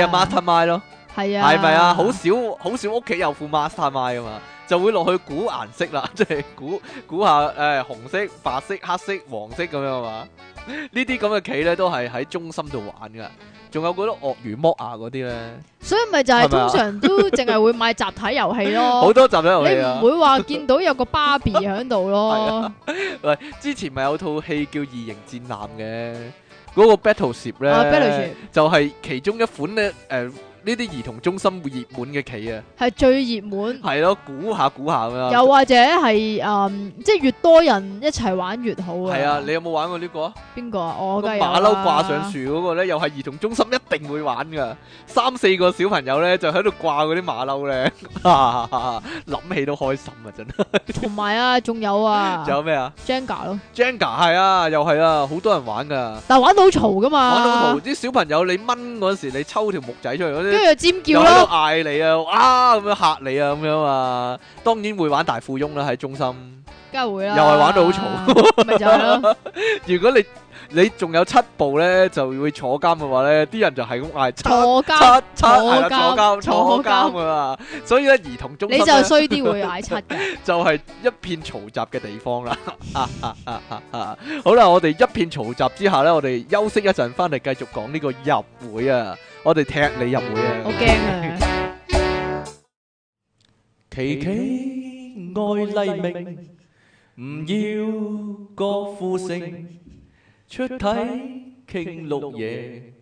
S2: 啊 master m i 咯，
S1: 係啊，
S2: 係咪啊？好少好少屋企有副 master m i 啊嘛，就會落去估顏色啦， 即係估估下誒、呃、紅色、白色、黑色、黃色咁樣啊嘛。呢啲咁嘅棋咧都係喺中心度玩噶，仲有嗰啲鱷魚剝牙嗰啲咧，
S1: 所以咪就係
S2: 係咪啊
S1: 通常都淨係會買集體遊戲
S2: 好、
S1: 咯。
S2: 多集都有
S1: 你
S2: 你
S1: 唔
S2: 啊。
S1: 會話見到有個芭比喺度 咯，
S2: 喂，之前咪有套戲叫《異形戰艦》嘅，嗰、個 Battleship 咧，
S1: 啊 Battleship
S2: 就係其中一款咧誒。呢啲兒童中心會熱門嘅棋啊，
S1: 係最熱 門。
S2: 係咯，估下估下咁樣。
S1: 又或者係嗯，即係越多人一齊玩越好啊！
S2: 係啊，你有冇玩過呢個啊？
S1: 邊個啊？我
S2: 個
S1: 梗係
S2: 馬
S1: 有
S2: 騮
S1: 啦
S2: 掛上樹嗰個咧，又係兒童中心一定會玩噶。三四個小朋友咧就喺度掛嗰啲馬騮咧， 諗起都開心啊！真係。
S1: 同埋啊，仲有啊
S2: 仲有咩啊
S1: Jenga 咯，
S2: ？Jenga 係啊，又係啊，好多人玩噶。
S1: 但係玩到好嘈噶嘛，
S2: 玩到圖啲小朋友，你掹嗰時，你抽條木仔出嚟嗰
S1: 跟
S2: 啲
S1: 住。就尖
S2: 又
S1: 叫
S2: 喺
S1: 咯
S2: 度，嗌你啊，哇咁樣嚇你啊，咁樣啊，當然會玩大富翁啦喺中心。
S1: 梗係會啦，
S2: 又係玩到好
S1: 嘈， 咪就係 咯，
S2: 如果你你仲有七步咧，就會坐監嘅話咧，啲人就係咁嗌七
S1: 坐監
S2: 七七係啦，坐
S1: 坐監
S2: 監
S1: 坐
S2: 坐
S1: 監
S2: 監啊嘛，所以咧兒童中
S1: 你
S2: 心
S1: 就
S2: 咧
S1: 衰啲會嗌七嘅，
S2: 就係一片嘈雜嘅地方啦。 好啦，我哋一片嘈雜之下咧，我哋休息一陣，翻嚟繼續講呢個入會啊，我哋踢你入會啊。
S1: 我 驚啊！
S2: 琪琪愛黎明，唔要郭富城，出體傾綠野，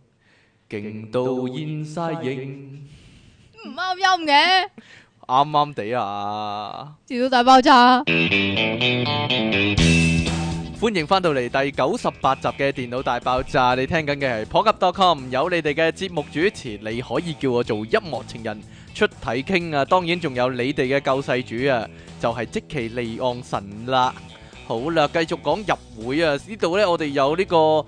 S2: 勁到現晒型。
S1: 唔啱音嘅，
S2: 啱啱地啊！
S1: 至到大爆炸，
S2: 欢迎翻到嚟第九十八集嘅電腦大爆炸，你聽緊嘅係 p o c u p c o m 有你哋嘅節目主持，你可以叫我做音樂情人出體傾啊，當然仲有你哋嘅救世主啊，就係即其利昂神啦。好啦，繼續講入會啊，呢度呢，我哋有呢個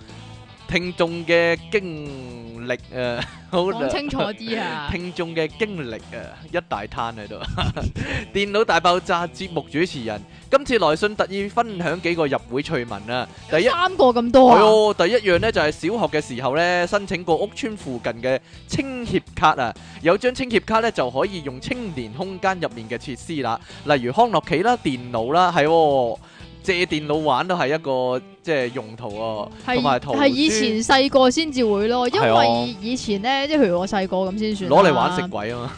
S2: 聽眾嘅經歷啊， 好啦
S1: 講。清楚啲 啊！
S2: 聽眾嘅經歷啊，一大攤喺度。 電腦大爆炸節目主持人，今次來信特意分享幾個入會趣聞啊。第一，
S1: 三個咁多
S2: 係
S1: 啊，
S2: 哦，第一樣呢就係小學嘅時候呢，申請過屋村附近嘅清協卡啊，有張清協卡呢就可以用青年空間入面嘅設施啦，例如康樂棋啦、電腦啦，係喎借電腦玩都係一個即係用途喎，同埋
S1: 係
S2: 圖
S1: 係以
S2: 書
S1: 前細個先至會咯，因
S2: 係啊
S1: 為以前咧，即係譬如我細個咁先算啦
S2: 攞嚟玩食鬼啊嘛。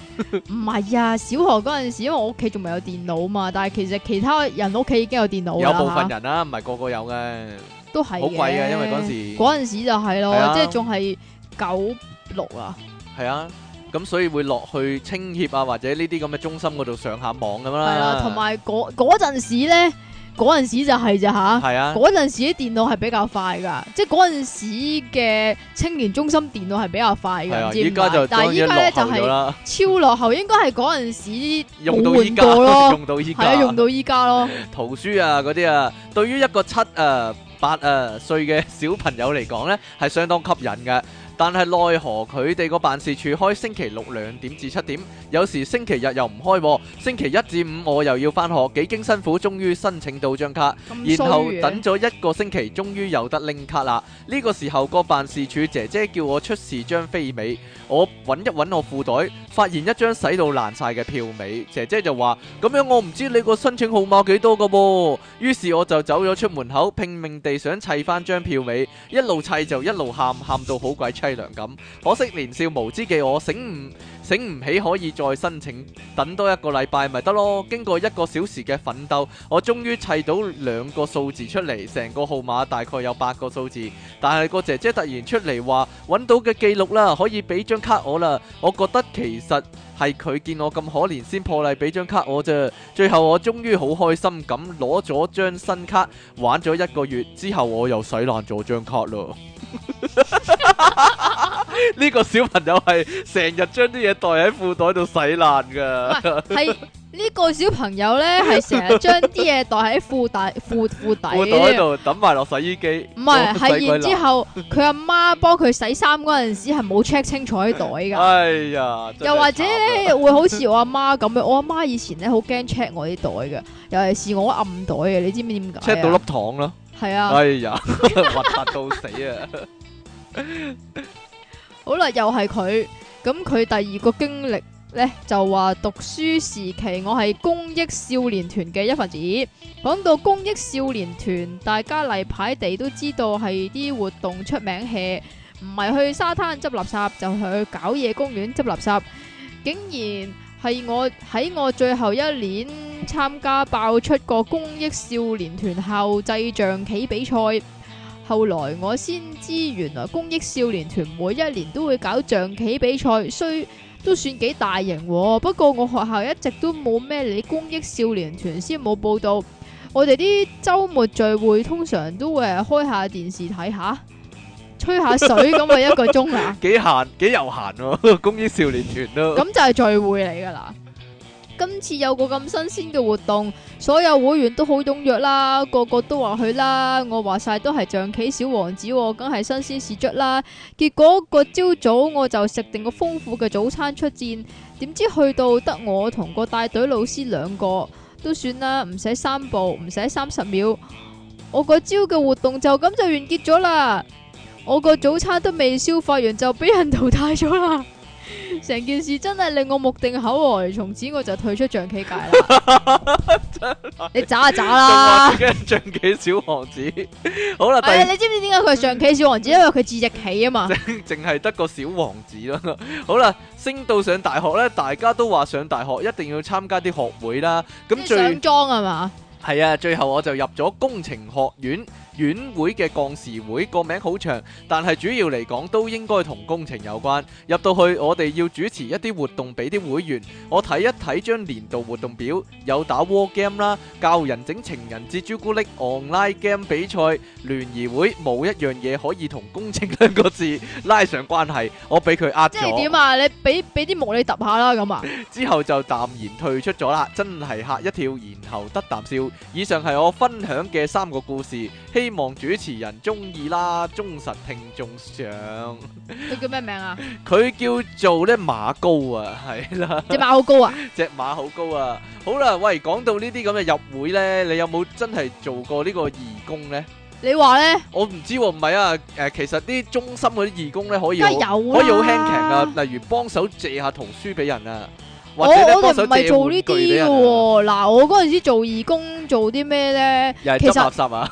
S1: 唔係啊，小學嗰陣時，因為我屋企仲未有電腦嘛，但係其實其他人屋企已經有電腦
S2: 有
S1: 啦
S2: 部分
S1: 嚇
S2: 人啦、唔係個個有嘅。
S1: 都係
S2: 好貴
S1: 嘅
S2: 嘅，à, 因為嗰陣時
S1: 嗰陣時就係
S2: 係
S1: 咯，
S2: 啊
S1: 即係仲係九六啊，
S2: 係啊，咁所以會落去清協啊，或者呢啲咁嘅中心嗰度上下網咁
S1: 係
S2: 啦。
S1: 啦，同埋嗰嗰陣時咧，嗰陣時就係咋吓，
S2: 係啊，
S1: 嗰陣時啲電腦係比較快噶，即係嗰陣時嘅青年中心電腦係比較快㗎，
S2: 係
S1: 唔
S2: 啊，
S1: 知
S2: 依
S1: 點
S2: 家
S1: 解
S2: 就。
S1: 但係
S2: 當
S1: 依家咧
S2: 然
S1: 就
S2: 落後咗
S1: 係
S2: 啦，
S1: 超落後，應該係嗰陣時
S2: 用到
S1: 冇
S2: 依
S1: 換
S2: 家，
S1: 過咯，
S2: 用到依
S1: 係啊，用
S2: 家，
S1: 到依家咯，
S2: 圖書啊嗰啲啊，對於一個七啊八啊歲嘅小朋友嚟講呢，係相當吸引嘅。但係奈何佢哋個辦事處開星期六兩點至七點，有時星期日又唔開喎，星期一至五我又要翻學，幾經辛苦，終於申請到張卡。
S1: 咁衰
S2: 然後
S1: 嘅
S2: 等咗一個星期，終於有得拎卡啦！呢、個時候個辦事處姐姐叫我出示張飛尾，我揾一揾我褲袋，發現一張洗到爛晒嘅票尾。姐姐就話：咁樣我唔知你個申請號碼幾多個噃。於是我就走咗出門口，拼命地想砌翻張票尾，一路砌就一路喊，喊到好鬼凄涼咁。可惜年少無知嘅我醒唔醒唔起可以再申請，等多一個禮拜咪得咯。經過一個小時嘅奮鬥。我終於砌到兩個數字出嚟，成個號碼大概有八個數字，但係個姐姐突然出嚟話揾到嘅記錄啦，可以俾張卡我啦。我覺得其實係佢見我咁可憐先破例俾張卡我啫。最後我終於好開心咁攞咗張新卡，玩咗一個月之後，我又洗爛咗張卡咯。 呢個小朋友係成日將啲嘢袋喺褲袋度洗爛㗎。
S1: 系呢個小朋友咧，係成日將啲嘢袋喺褲底褲褲
S2: 褲袋
S1: 底，
S2: 度抌埋落洗衣機，
S1: 唔係
S2: 洗
S1: 係
S2: 鬼
S1: 然
S2: 爛
S1: 之后佢阿媽幫佢洗衫嗰陣時係冇 check 清楚啲袋噶。
S2: 哎呀，真係
S1: 又或者
S2: 慘啊
S1: 咧，會好似我阿媽咁樣，我阿媽以前咧好驚 check 我啲袋嘅，尤其是我暗袋嘅，你知唔知點解啊
S2: check 到粒糖啦，
S1: 係啊，
S2: 哎呀， 核突到死啊！
S1: 好啦，又係佢，咁佢第二個經歷咧就話讀書時期我係公益少年團嘅一份子。講到公益少年團，大家例牌地都知道係啲活動出名 hea，唔係去沙灘執垃圾，就去搞野公園執垃圾。竟然係我喺我最後一年參加爆出個公益少年團校際象棋比賽。後來我先知，原來公益少年團每一年都會搞象棋比賽，雖都算幾大型喎。不過我學校一直都冇咩理公益少年團，先冇報道。我哋啲週末聚會通常都會係開下電視睇下，吹下水咁啊一個鐘啊，
S2: 幾閒幾悠閒喎， 公益少年團
S1: 咁
S2: 都
S1: 就係聚會嚟㗎啦。今次有個咁新鮮嘅活動，所有會員都好踴躍啦，個個都話去啦。我話晒都係象棋小王子喎，梗係新鮮事卒啦。結果個朝早我就食定個豐富嘅早餐出戰，點知去到得我同個帶隊老師兩個，都算啦，唔使三步，唔使三十秒，我個朝嘅活動就咁就完結咗啦。我個早餐都未消化完就俾人淘汰咗啦。成件事真係令我目定口呆，從此我就退出象棋界 啦。你渣就渣
S2: 仲話
S1: 啦！
S2: 自己係象棋小王子。 好啦，第
S1: 哎呀，你知唔知點解佢係象棋小王子？
S2: 嗯
S1: 因為佢自只棋啊嘛。
S2: 淨係得個小王子啦。 好啦，升到上大學咧，大家都話上大學一定要參加啲學會啦。 咁
S1: 即係
S2: 最
S1: 上莊啊嘛，
S2: 係啊，最後我就入咗工程學院院會嘅幹事會，個名好長，但係主要嚟講都應該同工程有關。入到去我哋要主持一啲活動俾啲會員，我睇一睇張年度活動表，有打 war game 啦，教人整情人節朱古力 online game 比賽聯誼會，冇一樣嘢可以同工程兩個字拉上關係，我俾佢呃
S1: 即係
S2: 咗
S1: 點。啊？你俾俾啲木你揼下啦咁啊！
S2: 之後就淡然退出咗啦，真係嚇一跳，然後得啖笑。以上係我分享嘅三個故事，希望主持人中意啦，忠實聽眾 上。
S1: 佢叫咩名 啊？
S2: 佢叫做咧馬高啊，係啦，
S1: 只馬好高啊！
S2: 只馬好高啊。好啦，喂，講到呢啲咁嘅入會呢，你有冇真係做過呢個義工呢？
S1: 你話咧，
S2: 我唔知喎，唔係啊，誒、其實啲中心嗰啲義工呢，可以
S1: 梗係
S2: 好
S1: 有啦。
S2: 哎可以好輕強啊，例如幫手借下圖書俾人啊，
S1: 我
S2: 或者咧
S1: 我
S2: 幫
S1: 哋
S2: 手
S1: 唔係
S2: 借
S1: 做
S2: 玩
S1: 呢
S2: 具
S1: 啲
S2: 俾
S1: 嘅
S2: 人啊。
S1: 喎。嗱，我嗰陣時做義工做啲咩咧？
S2: 又係
S1: 其實
S2: 執垃圾啊！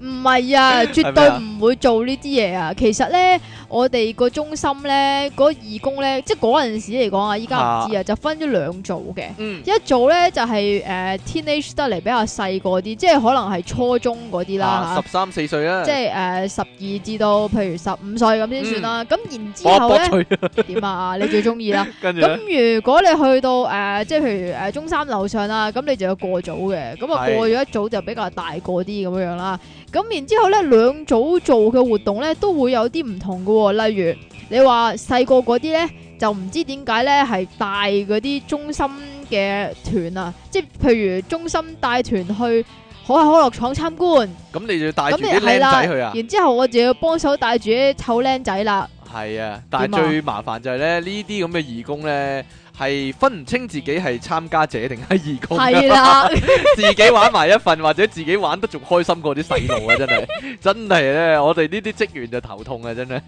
S1: 唔 係啊，絕對唔會做呢啲嘢啊。其實咧，我哋個中心咧，嗰義工咧，即係嗰陣時嚟講啊，依家唔知啊，就分咗兩組嘅。
S2: 嗯，
S1: 一組咧就係、呃誒、teenage 得嚟比較細個啲，即係可能係初中嗰啲啦
S2: 啊十三四歲啦，
S1: 即係誒十二至到譬如十五歲咁先算
S2: 嗯
S1: 啦。咁、然之
S2: 搏
S1: 後
S2: 搏
S1: 咧
S2: 脆，
S1: 點啊？你最中 意啦。
S2: 跟住
S1: 咁
S2: 咧
S1: 如果你去到誒、呃即係譬如誒中三樓上啦，咁你就要過組嘅，咁啊
S2: 係
S1: 過咗一組就比較大個啲咁樣樣啦。咁然之後咧，兩組做嘅活動咧都會有啲唔同嘅喎、例如你話細個嗰啲咧，就唔知點解咧係帶嗰啲中心嘅團啊，即係譬如中心帶團去可口可樂廠參觀，
S2: 咁你就要帶
S1: 咁
S2: 住
S1: 你
S2: 啲
S1: 係
S2: 僆
S1: 啦，
S2: 仔去啊？
S1: 然之後我就要幫手帶住啲湊僆仔啦。
S2: 係啊，但
S1: 點啊
S2: 係最麻煩就係咧，呢啲咁嘅義工咧係分唔清自己係參加者定係義工㗎，
S1: 係啦，
S2: 自己玩埋一份或者自己玩得仲開心過啲細路啊！ 真係真係咧，我哋呢啲職員就頭痛啊！真係。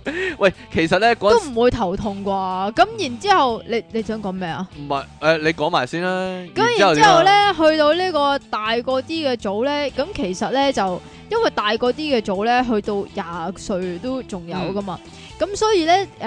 S2: 喂，其實咧嗰
S1: 都
S2: 陣時
S1: 唔會頭痛啩。咁然之後，你你想講咩啊？
S2: 唔係誒，你講埋先啦。
S1: 咁然之後咧，去到呢個大個啲嘅組咧，咁其實咧就因為大個啲嘅組咧，去到廿歲都仲有噶嘛。咁、所以咧，誒、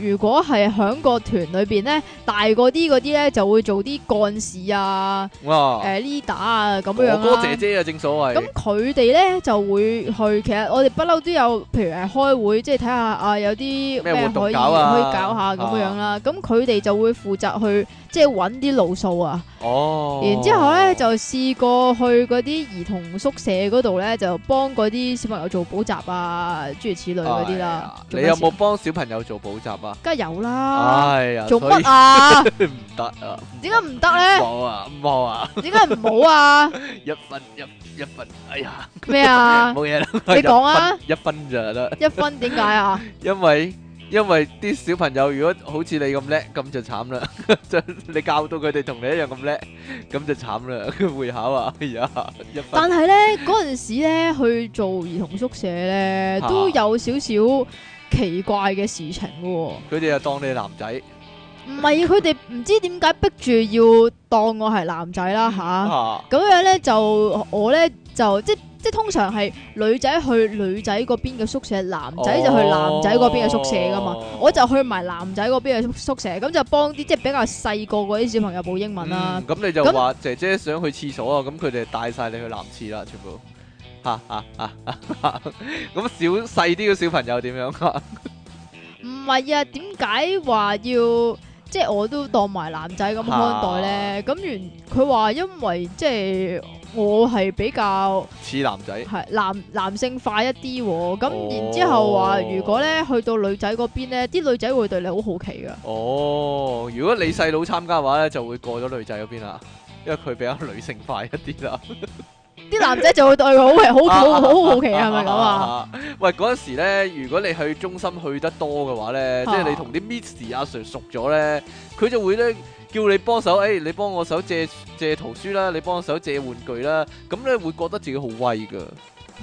S1: 如果係喺個團裏邊咧，大個啲嗰啲咧就會做啲幹事啊、
S2: 點哇
S1: 誒、，leader 啊咁樣
S2: 哥
S1: 啦。
S2: 哦哥姐姐啊，正所謂
S1: 咁。佢哋咧就會去，其實我哋不嬲都有，譬如誒開會，即係睇下啊有啲
S2: 咩
S1: 咩
S2: 活動
S1: 可以
S2: 搞啊
S1: 可以搞下咁樣啦。咁佢哋就會負責去即係揾啲路數啊。
S2: 哦。
S1: 然之後咧就試過去嗰啲兒童宿舍嗰度咧，就幫嗰啲小朋友做補習啊，諸如此類嗰啲啦
S2: 哎呀。
S1: 做
S2: 你
S1: 咩
S2: 有
S1: 事
S2: 冇幫小朋友做補習啊？
S1: 梗係有啦，
S2: 哎呀，
S1: 做
S2: 所以
S1: 乜啊？
S2: 唔得啊？
S1: 點解唔得 咧？
S2: 冇啊，冇啊，
S1: 點解唔好啊？
S2: 一分一一分，哎呀，
S1: 咩啊？
S2: 冇嘢啦。
S1: 你講啊
S2: 一分，一分就得，
S1: 一分點解啊？
S2: 因為因為啲小朋友如果好似你咁叻，咁就慘啦。 就你教到佢哋同你一樣咁叻，咁就慘啦。會考啊，哎呀，一分
S1: 但係咧嗰陣時咧去做兒童宿舍咧，
S2: 啊
S1: 都有少少奇怪嘅事情嘅喎。
S2: 佢哋又當你係男仔，
S1: 唔係佢哋唔知點解逼住要當我係男仔啦吓，
S2: 啊，
S1: 咁樣咧就我咧就即即通常係女仔去女仔嗰邊嘅宿舍，男仔就去男仔嗰邊嘅宿舍噶嘛。
S2: 哦
S1: 我就去埋男仔嗰邊嘅宿宿舍，咁就幫啲即係比較細個嗰啲小朋友補英文啦。
S2: 嗯咁你就
S1: 啊咁
S2: 話姐姐想去廁所啊，咁佢哋帶晒你去男廁啦，全部。吓吓吓吓 咁小細啲嘅小朋友點樣 啊？
S1: 唔係啊，點解話要即係我都當埋男仔咁看待咧？咁原佢話因為即係我係比較
S2: 似男仔，
S1: 係男男性化一啲喎，
S2: 哦
S1: 咁然之後話如果咧去到女仔嗰邊咧，啲女仔會對你好好奇噶。
S2: 哦，如果你細佬參加嘅話咧，就會過咗女仔嗰邊啦，因為佢比較女性化一啲啦。
S1: 啲男仔就會對佢好奇，好好好好好奇 係咪咁啊？
S2: 喂，嗰陣時咧，如果你去中心去得多嘅話咧，
S1: 啊
S2: 即係你同啲 Miss 阿 Sir 熟咗咧，佢就會咧叫你幫手，誒、你幫我手借借圖書啦，你幫我手借玩具啦，咁咧會覺得自己好威噶。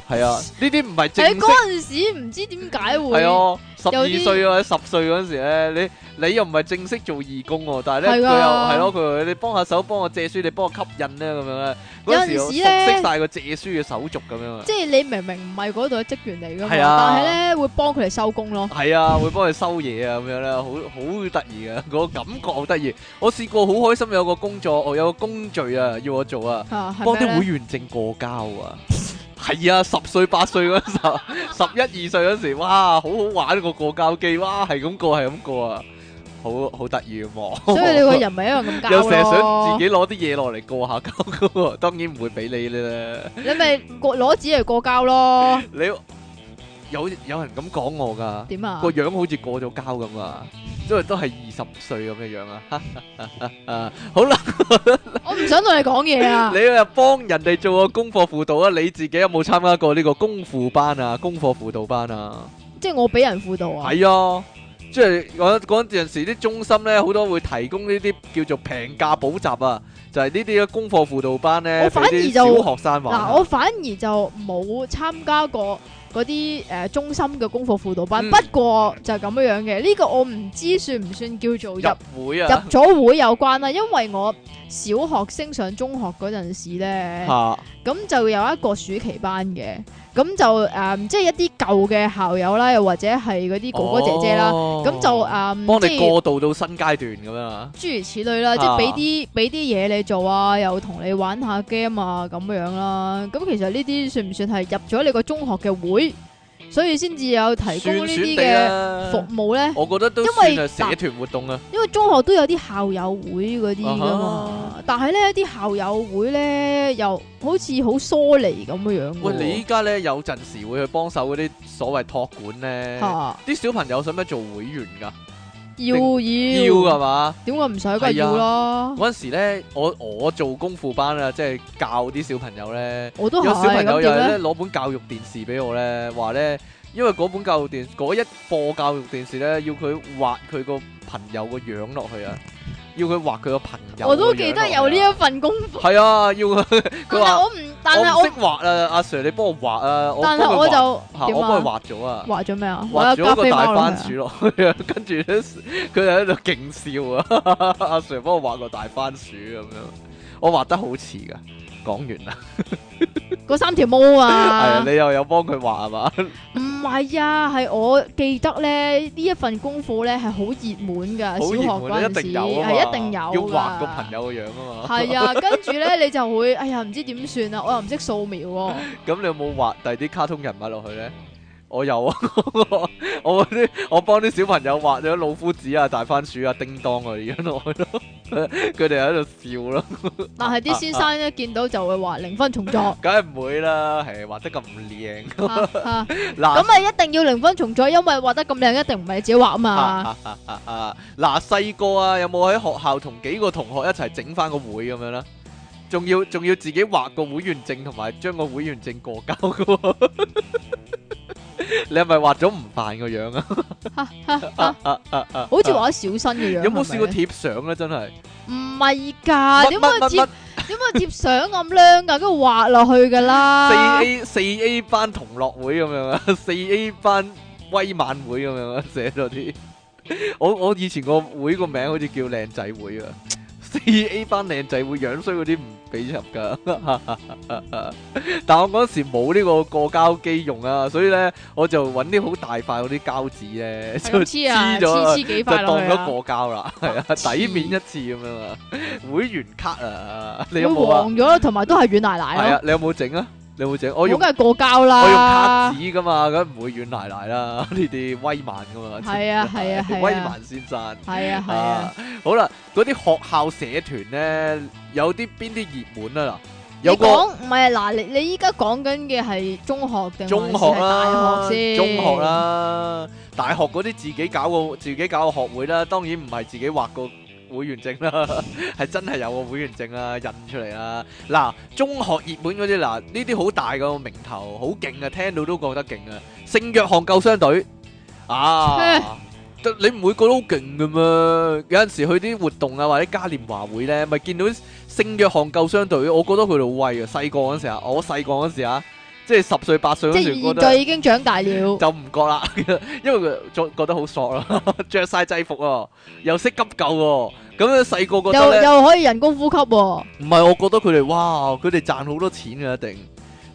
S2: 係啊，呢啲唔係正
S1: 喺
S2: 式
S1: 嗰。陣時唔知點解會
S2: 係啊，十
S1: 有
S2: 二
S1: 啲
S2: 歲或者十歲嗰陣時咧，你你又唔係正式做義工喎，但係咧佢
S1: 係
S2: 又
S1: 㗎
S2: 係咯，佢話你幫下手，幫我借書，你幫我吸引咧咁樣咧，
S1: 有
S2: 嗰陣
S1: 陣
S2: 時我熟
S1: 時呢
S2: 悉晒個借書嘅手續咁樣啊。
S1: 即係你明明唔係嗰度嘅職員嚟噶嘛，
S2: 係啊
S1: 但係咧會幫佢哋收工咯。
S2: 系啊，會幫佢收嘢啊，咁樣咧，好好得意嘅， 嗰個感覺好得意。我試過好開心，有個工作，我有個工序啊，要我做啊，
S1: 啊，係
S2: 幫
S1: 咩
S2: 啲
S1: 呢
S2: 會員證過交啊。係啊，十歲八歲嗰陣時，十一二歲嗰時，哇，好好玩個過交機，哇，係咁過，係咁過啊，好好得意啊，望。
S1: 所以你個 人咪一樣咁交
S2: 又成日想
S1: 咯
S2: 自。己攞啲嘢落嚟過下交嗰個，當然唔會俾你啦。
S1: 你咪過攞紙嚟過交咯。
S2: 你有有人咁講我㗎？
S1: 點啊
S2: 個？樣好似過咗膠咁啊，因為都係二十歲咁嘅樣啊。啊，好啦，
S1: 我唔想同你講嘢啊。
S2: 你又幫人哋做個功課輔導啊，你自己有冇參加過呢個功輔班啊、功課輔導班啊？
S1: 即係我俾人輔導啊。
S2: 係啊。即係嗰嗰陣時啲中心咧，好多會提供呢啲叫做平價補習啊，就係呢啲嘅功課輔導班咧，
S1: 我反而
S2: 俾啲
S1: 就
S2: 小學生玩啊。
S1: 嗱，我反而就冇參加過嗰啲誒中心嘅功課輔導班，
S2: 嗯
S1: 不過就係咁樣樣嘅。呢個我唔知算唔算叫做入
S2: 入會啊，
S1: 入咗會有關啦，因為我小學升上中學嗰陣時咧。
S2: 嚇
S1: 咁就有一個暑期班嘅，咁就誒、嗯即係一啲舊嘅校友啦，又或者係嗰啲哥哥姐姐啦，
S2: 哦
S1: 咁、就誒、嗯
S2: 幫
S1: 即
S2: 你
S1: 係
S2: 過渡到新階段咁樣啊。
S1: 諸如此類啦，即
S2: 啊
S1: 係俾啲俾啲嘢你做啊，又同你玩下 game 啊咁樣啦。咁其實呢啲算唔算係入咗你個中學嘅會，所以先至有提供呢啲嘅
S2: 嘅
S1: 服務咧？
S2: 啊我覺得都
S1: 因
S2: 算係
S1: 為
S2: 社團活動啊，
S1: 因為中學都有啲校友會嗰啲噶嘛但係咧啲校友會咧又好似好疏離咁樣樣喎。
S2: 喂，你依家咧有陣時會去幫手嗰啲所謂托管咧，
S1: 嚇
S2: 啲小朋友使唔使做會員㗎？
S1: 要要
S2: 要㗎嘛？
S1: 點解唔使？梗係要啦，
S2: 嗰陣時咧，我我做功課班啊，即係教啲小朋友咧，
S1: 我都
S2: 有
S1: 係
S2: 小朋友
S1: 咁
S2: 又係
S1: 點咧？
S2: 咧攞本教育電視俾我咧，話咧，因為嗰本教育電嗰一課教育電視咧，要佢畫佢個朋友個樣落去啊，要佢畫佢個朋友。
S1: 我都記得有呢一。份功課，
S2: 係啊，要佢
S1: 但
S2: 佢
S1: 係
S2: 話。
S1: 我唔，但係
S2: 我唔
S1: 我
S2: 識畫啊，阿 Sir 你幫我畫啊，我
S1: 但
S2: 幫
S1: 係
S2: 佢
S1: 我
S2: 畫嚇
S1: 就
S2: 我
S1: 點
S2: 幫
S1: 啊？
S2: 佢畫咗啊，
S1: 畫咗咩啊？我
S2: 畫
S1: 有
S2: 咗
S1: 咖
S2: 個
S1: 啡
S2: 大
S1: 貓落
S2: 番
S1: 去
S2: 薯
S1: 啊
S2: 落去啊， 跟住咧佢就喺度勁笑啊，阿 Sir 幫我畫個大番薯咁樣，我畫得好似噶。講完啦，
S1: 嗰三條毛
S2: 係啊
S1: 啊，
S2: 你又有幫佢畫係嘛？
S1: 唔係啊，係我記得咧呢一份功課咧係好熱門㗎，
S2: 好
S1: 小
S2: 熱
S1: 學
S2: 門，
S1: 嗰
S2: 一
S1: 陣
S2: 定
S1: 時
S2: 有啊嘛
S1: 係一定有
S2: 要
S1: 㗎
S2: 畫個朋。友個樣啊嘛。
S1: 係啊，跟住咧你就會，哎呀唔知點算啊，我又唔識素描 喎。
S2: 咁你有冇畫第二啲卡通人物落去咧？我有啊， 我嗰啲我幫啲小朋友畫咗老夫子啊、大番薯啊、叮當啊，而家落去咯，佢哋喺度笑咯，
S1: 但係啲先生一見到就會話零分 重作，
S2: 梗係唔會啦，係畫得咁靚
S1: 哈哈咁
S2: 嗱
S1: 咪一定要零分重作，因為畫得咁靚，一定唔係你自己畫 啊嘛。
S2: 啊 嗱細個啊，有冇喺學校同幾個同學一齊整翻個會咁樣啦？仲要仲要自己畫個會員證同埋將個會員證過交嘅喎， 你係咪畫咗唔扮個樣啊？
S1: 好似畫小新嘅樣。
S2: 有冇試過
S1: 係咪
S2: 貼相咧？真係
S1: 唔係㗎，啊點
S2: 乜乜
S1: 解
S2: 乜
S1: 貼點解貼相咁靚㗎？跟住畫落去㗎
S2: 四
S1: 啦。
S2: A 四 A 班同樂會咁樣啊，四 A 班威晚會咁樣啊，寫咗啲我我以前個會個名好似叫靚仔會啊， 四 A 班靚仔會樣衰嗰啲唔俾入噶。 但我嗰時冇呢個過膠機用啊，所以咧我就揾啲好大塊嗰啲膠紙咧，
S1: 係
S2: 就
S1: 咁黐啊，黐
S2: 黐咗啊，
S1: 黐幾
S2: 就
S1: 塊
S2: 當
S1: 落去
S2: 咗
S1: 啊，
S2: 過膠 啦，係啊，
S1: 黐
S2: 底面一次咁樣啊，會員卡啊，你
S1: 會
S2: 有冇啊？
S1: 黃咗啦，同埋都係軟奶
S2: 係
S1: 奶
S2: 啊
S1: 咯，，
S2: 你有冇整啊？你有冇整？我
S1: 我
S2: 用
S1: 梗係過膠
S2: 我用卡
S1: 啦，
S2: 紙噶嘛，梗唔會軟奶奶啦， 呢啲威猛噶嘛，
S1: 係啊係啊係啊
S2: 威猛先生。
S1: 係啊係
S2: 啊
S1: 啊，，
S2: 好啦，嗰啲學校社團咧，有啲邊啲熱門啊嗱，
S1: 你
S2: 有個
S1: 講唔係嗱，你你依家講緊嘅係中學定
S2: 中
S1: 學
S2: 學啦，
S1: 大學先？
S2: 中學，啦，大學嗰啲自己搞個自己搞個學會啦，當然唔係自己畫個會員證啦， 係真係有個會員證啦，印出嚟啦。嗱，中學熱門嗰啲嗱，呢啲好大個名頭，好勁啊，聽到都覺得勁啊。聖約翰救傷隊 啊！得你唔會覺得好勁嘅咩？有陣時去啲活動啊，或者嘉年華會咧，咪見到聖約翰救傷隊，我覺得佢哋好威啊！細個嗰時啊，我細個嗰時啊，即係十歲八歲嗰
S1: 即係
S2: 時覺
S1: 現
S2: 得
S1: 在已經長大了。
S2: 就唔覺啦， 因為佢覺覺得好索啦， 着晒制服啊，又識急救喎，咁樣細個覺
S1: 又
S2: 得咧，
S1: 又可以人工呼吸喎，
S2: 唔係我覺得佢哋哇，佢哋賺好多錢啊嘅一定，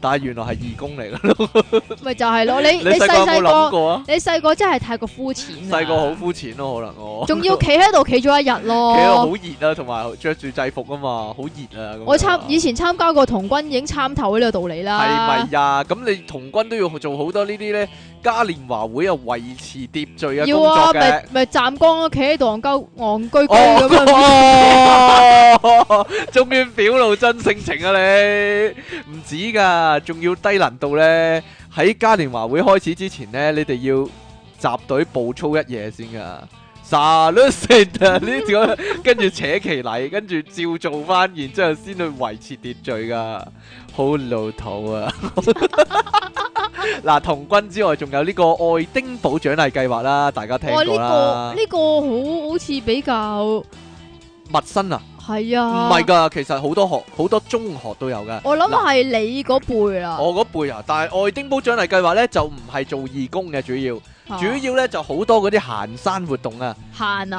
S2: 但係原來係義工嚟嘅咯，
S1: 咪就係咯，你
S2: 你
S1: 你細
S2: 細個有冇諗
S1: 細個，啊
S2: 過啊？
S1: 你細個真係太過膚淺啦，
S2: 細個好膚淺咯，可能我
S1: 仲要企喺度企咗一日
S2: 企到好
S1: 咯。
S2: 熱啊，同埋着住制服啊嘛，好熱啊咁樣。
S1: 我參以前參加過童軍，已經參透呢個道理啦
S2: 係咪。呀？咁你童軍都要做好多呢啲咧嘉年華會啊，維持秩序嘅工
S1: 要
S2: 作
S1: 啊，
S2: 嘅
S1: 咪。咪站崗咯，企喺度戇鳩戇居居咁樣。
S2: 哦，終於表露真性情啊你！唔止噶，仲要低能到咧，喺嘉年華會開始之前咧，你哋要集隊步操一夜先噶。Salut 啊！呢個跟住扯旗禮，跟住照做翻，然之後先去維持秩序噶，好老土啊！ 嗱，童軍之外，仲有呢個愛丁堡獎勵計劃啦，大家聽
S1: 哇！呢
S2: 過啦
S1: 個。呢個好好似比較
S2: 陌生啊！
S1: 係啊，
S2: 唔係㗎，其實好多學好多中學都有㗎。
S1: 我諗
S2: 嗱
S1: 係你嗰輩啦，
S2: 我嗰輩啊，但係愛丁堡獎勵計劃呢，就唔係做義工嘅，主要
S1: 啊
S2: 主要呢，就好多嗰啲行山活動啊，
S1: 閒啊，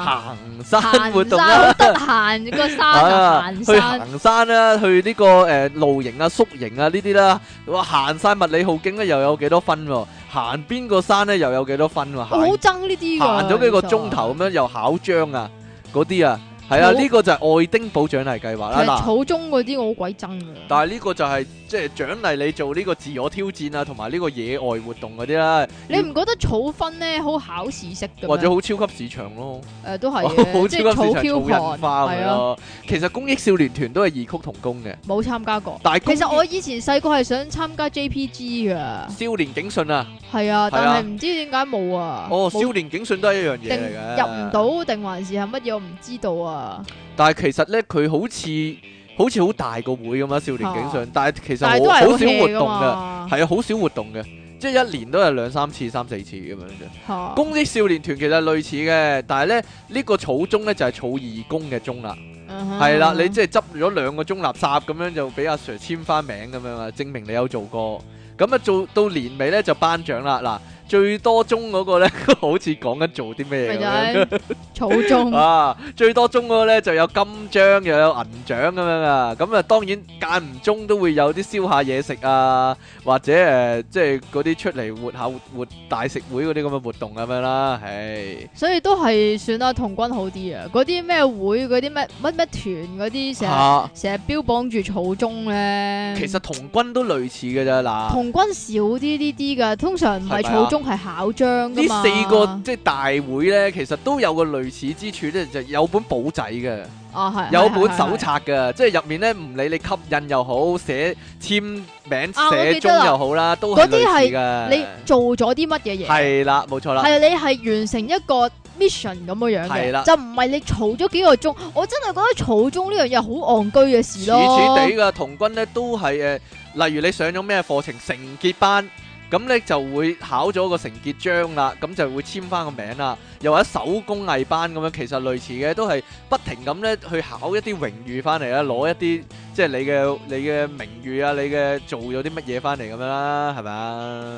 S1: 閒
S2: 行山活動
S1: 山好
S2: 啦，
S1: 得閒個山啊，
S2: 啊，
S1: 閒
S2: 去
S1: 山
S2: 行山啦，去呢個誒露營啊、宿營啊呢啲啦。哇，行山物理好勁呢，又有幾多分喎？行邊個山呢，又有幾多分喎？
S1: 我
S2: 行
S1: 好憎呢啲㗎
S2: 行咗幾個
S1: 其實
S2: 鐘頭咁樣又考章啊，嗰啲啊，係啊，
S1: 好
S2: 呢個就係愛丁堡獎勵計
S1: 其
S2: 劃啦。
S1: 實
S2: 啊嗱。
S1: 草中嗰啲我好鬼憎嘅。
S2: 但係呢個就係即係獎勵你做呢個自我挑戰啊，同埋呢個野外活動嗰啲啦，
S1: 你唔覺得草分咧好考試式嘅
S2: 或者
S1: 咩？
S2: 好超級市場咯，
S1: 誒都係
S2: 好超
S1: 嘅，即
S2: 級市
S1: 係
S2: 場
S1: 草
S2: 草
S1: Q
S2: 印花
S1: 係
S2: 咁樣
S1: 啊，
S2: 咯。其實公益少年團都係異曲同工嘅，
S1: 冇參加過。
S2: 但係公
S1: 其
S2: 益
S1: 實我以前細個係想參加 JPG 嘅，
S2: 少年警訊啊，
S1: 係啊，但
S2: 係啊
S1: 係唔知點解冇啊。
S2: 哦，
S1: 冇
S2: 少年警訊都係一樣嘢
S1: 定
S2: 嚟嘅，
S1: 入唔到定還是係乜嘢？我唔知道啊。
S2: 但係其實咧，佢好似好似好大個會咁啊，少年警訊，但係其實
S1: 但係
S2: 好
S1: 都係
S2: 好少
S1: hea
S2: 活
S1: 㗎
S2: 動嘅，
S1: 嘛。
S2: 係啊，好少活動嘅，即係一年都係兩三次、三四次咁樣嘅。
S1: 嚇
S2: 公益少年團其實類似嘅，但係咧呢、個草鐘咧就係草義工嘅鐘啦，
S1: 嗯哼
S2: 係啦、你即係執咗兩個鐘垃圾咁樣就俾阿 Sir 簽翻名咁樣啊，證明你有做過。咁啊做到年尾咧就頒獎啦，嗱最多鐘嗰個咧 好似講緊做啲咩
S1: 咪
S2: 咁
S1: 就
S2: 樣。
S1: 係草中
S2: 啊，最多鐘嗰個咧就有金章又有銀獎咁樣啊，咁啊當然間唔中都會有啲燒下嘢食啊，或者誒、呃即係嗰啲出嚟活下活活大食會嗰啲咁嘅活動咁樣啦，唉。
S1: 所以都係算啦，童軍好啲啊！嗰啲咩會，嗰啲咩乜乜團嗰啲，成日
S2: 啊，
S1: 成日標榜住草中咧。
S2: 其實童軍都類似嘅咋嗱，
S1: 嗯童軍少啲呢啲噶，通常唔係
S2: 係咪啊
S1: 草中係考章噶
S2: 呢
S1: 嘛。
S2: 四個即係大會咧，其實都有個類似之處咧，就有本簿仔嘅，
S1: 啊係
S2: 有本手
S1: 冊
S2: 冊嘅，即係入面咧唔理你吸引又好，寫簽名
S1: 啊我
S2: 寫
S1: 記得
S2: 鐘
S1: 啦
S2: 又好啦，都係
S1: 嗰啲
S2: 類似
S1: 你
S2: 嘅。
S1: 做咗啲乜嘢嘢？
S2: 係啦，冇錯啦。
S1: 係你係完成一個 mission 咁樣樣
S2: 係啦
S1: 嘅，就唔係你嘈咗幾個鐘。我真係覺得嘈鐘呢樣嘢好戇居嘅事
S2: 似似
S1: 咯。
S2: 地噶，童軍咧都係誒、呃例如你上咗咩課程成結班，咁咧就會考咗個成結章啦，咁就會簽翻個名啦。又或者手工藝班咁樣，其實類似嘅，都係不停咁咧去考一啲榮譽翻嚟啦，啊攞一啲即係你嘅你嘅名譽啊，你嘅做咗啲乜嘢翻嚟咁樣啦，係咪啊？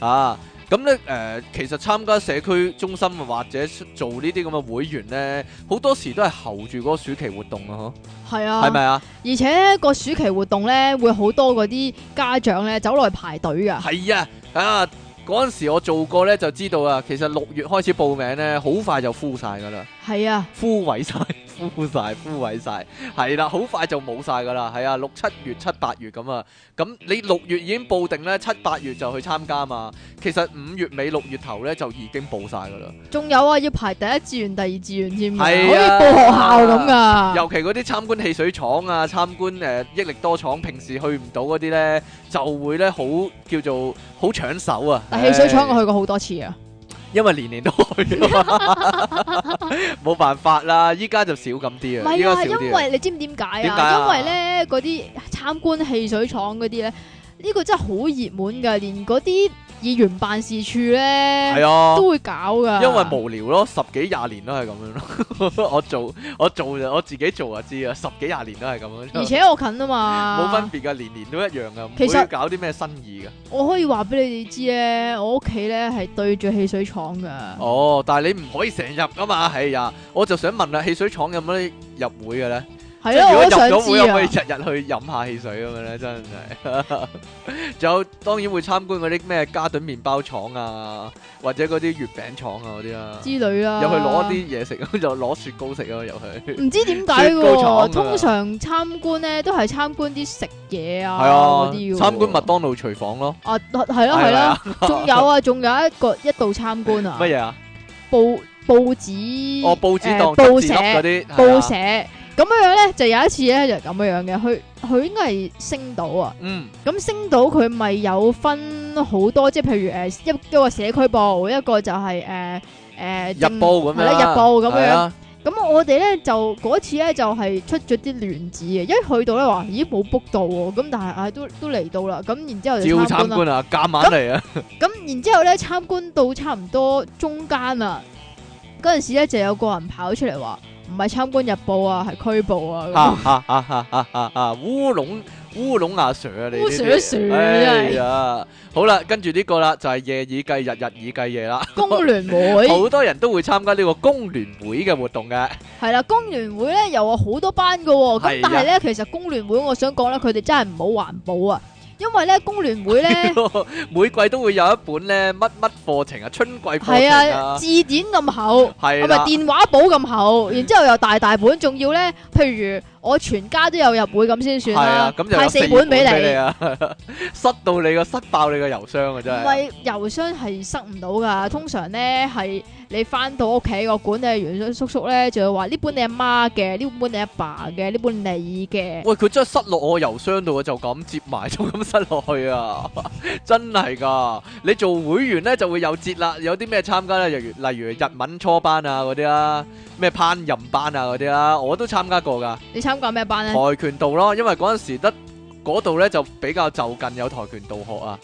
S2: 啊！咁咧誒，其實參加社區中心或者做呢啲咁嘅會員咧，好多時都係候住嗰個暑期活動啊，
S1: 係
S2: 嗬
S1: 啊，
S2: 係咪啊？
S1: 而且咧個暑期活動咧會好多嗰啲家長咧走落去排隊噶，
S2: 係啊，啊嗰陣時我做過咧就知道啊，其實六月開始報名咧，好快就 full 晒㗎啦，
S1: 係啊，
S2: 枯萎晒， 枯晒，枯萎晒，係啦，好快就冇晒㗎啦，係啊，六七月、七八月咁啊，咁你六月已經報定咧，七八月就去參加嘛，其實五月尾、六月頭咧就已經報晒㗎啦。
S1: 仲有啊要排第一志願、第二志願添㗎，好
S2: 係
S1: 似
S2: 啊
S1: 報學校咁噶，
S2: 尤其嗰啲參觀汽水廠啊、參觀誒、呃益力多廠，平時去唔到嗰啲咧，就會咧好叫做好搶手啊！
S1: 但汽水廠
S2: 唉
S1: 我去過好多次啊，
S2: 因為年年都去啊嘛， 冇辦法啦，依家就少咁
S1: 唔
S2: 啲啊，依
S1: 係
S2: 家
S1: 啊，
S2: 少
S1: 因
S2: 啲啊。
S1: 為你知唔知點解
S2: 點解
S1: 啊？因
S2: 啊
S1: 為咧嗰啲參觀汽水廠嗰啲咧，呢個真係好熱門噶，連嗰啲議員辦事處咧。
S2: 係啊，
S1: 都會搞噶，
S2: 因為無聊咯，十幾廿年都係咁樣咯。我 做我做就我自己做就知啊，十幾廿年都係咁樣。
S1: 而且我近啊嘛，
S2: 冇分別㗎，年年都一樣㗎，唔
S1: 其
S2: 會
S1: 實
S2: 搞啲咩新意㗎。
S1: 我可以話俾你哋知咧，我屋企咧係對住汽水廠噶，
S2: 哦，但係你唔可以成日㗎嘛，係呀，我就想問啦，汽水廠有冇啲入會嘅咧？
S1: 係
S2: 即
S1: 咯，
S2: 係
S1: 我都想
S2: 如果
S1: 啊
S2: 入咗會，可唔可以
S1: 知啊。
S2: 日日去飲下汽水咁樣咧？真係， 仲有當然會參觀嗰啲咩加頓麵包廠啊，或者嗰啲月餅廠啊嗰啲啦，
S1: 之類啦，
S2: 入去攞啲嘢食，就攞雪糕食咯，入去。
S1: 啲唔知點解嘅
S2: 雪糕廠啊
S1: 喎，通常參觀咧都係參觀啲食嘢
S2: 係
S1: 啊
S2: 啊
S1: 嗰，啲嘅喎
S2: 參觀麥當勞廚房咯。
S1: 啊係咯
S2: 係
S1: 係
S2: 咪啊
S1: 啦， 仲有啊仲有一個一度參觀啊，
S2: 乜嘢啊？
S1: 報報紙
S2: 哦，報紙
S1: 誒
S2: 檔、
S1: 報
S2: 執字
S1: 社
S2: 粒嗰啲，係
S1: 報
S2: 啊
S1: 社咁樣樣咧，就有一次咧就係咁樣樣嘅，佢佢應該係星島啊。
S2: 嗯，
S1: 咁星島佢咪有分好多，即係譬如誒、呃一一個社區部，一個就係誒誒
S2: 日報咁樣
S1: 係啦，
S2: 啦，
S1: 日報咁
S2: 係
S1: 樣。
S2: 啊。
S1: 咁我哋咧就嗰次咧就係、出咗啲亂子嘅，一去到咧話咦冇 book 到喎，咁但係唉都都嚟到啦，咁然之後就
S2: 照
S1: 參
S2: 參
S1: 觀啦。
S2: 觀啊，夾硬嚟啊！
S1: 咁然之後咧參觀到差唔多中間啦，嗰陣時咧就有個人跑出嚟話唔係參觀日報啊，係區報啊。咁
S2: 啊啊啊啊啊啊啊！烏龍烏龍阿 Sir 啊，你呢
S1: 烏
S2: 啲
S1: Sir 真係
S2: 哎呀，好啦，跟住呢個啦，就係夜以繼日，日以繼夜啦。
S1: 工聯會。
S2: 好多人都會參加呢個工聯會嘅活動嘅，
S1: 系啦，工聯會咧又有好多班噶、喎。咁
S2: 係啊
S1: 但係咧其實工聯會我想講咧，佢哋真係唔好環保啊，因為咧工聯 會咧
S2: 每季都會有一本咧乜乜課程啊，春季課
S1: 係
S2: 程
S1: 啊
S2: 啊，
S1: 字典咁厚，唔
S2: 係
S1: 係
S2: 啦，
S1: 電話簿咁厚，然之后又大大本，仲要咧，譬如我全家都有入會咁先算
S2: 係
S1: 啦
S2: 啊，，咁就
S1: 派
S2: 有
S1: 四
S2: 本
S1: 本俾
S2: 你
S1: 你，
S2: 啊，塞到你個塞爆你個郵箱啊，
S1: 唔
S2: 真係。
S1: 係郵箱係塞唔到噶，通常咧係你翻到屋企個管理員叔叔咧就會話呢本你阿媽嘅，呢本你阿爸嘅，呢本你嘅，
S2: 喂，佢 真係塞落我郵箱度啊，就咁接埋，就咁塞落去啊，真係噶！你做會員咧就會有折啦，有啲咩參加咧，例如例如日文初班啊嗰啲啦，咩烹飪班啊嗰啲啦，我都參加過㗎。
S1: 你參加咩班咧？
S2: 跆拳道咯，因為嗰陣時得嗰度咧就比較就近有跆拳道學啊，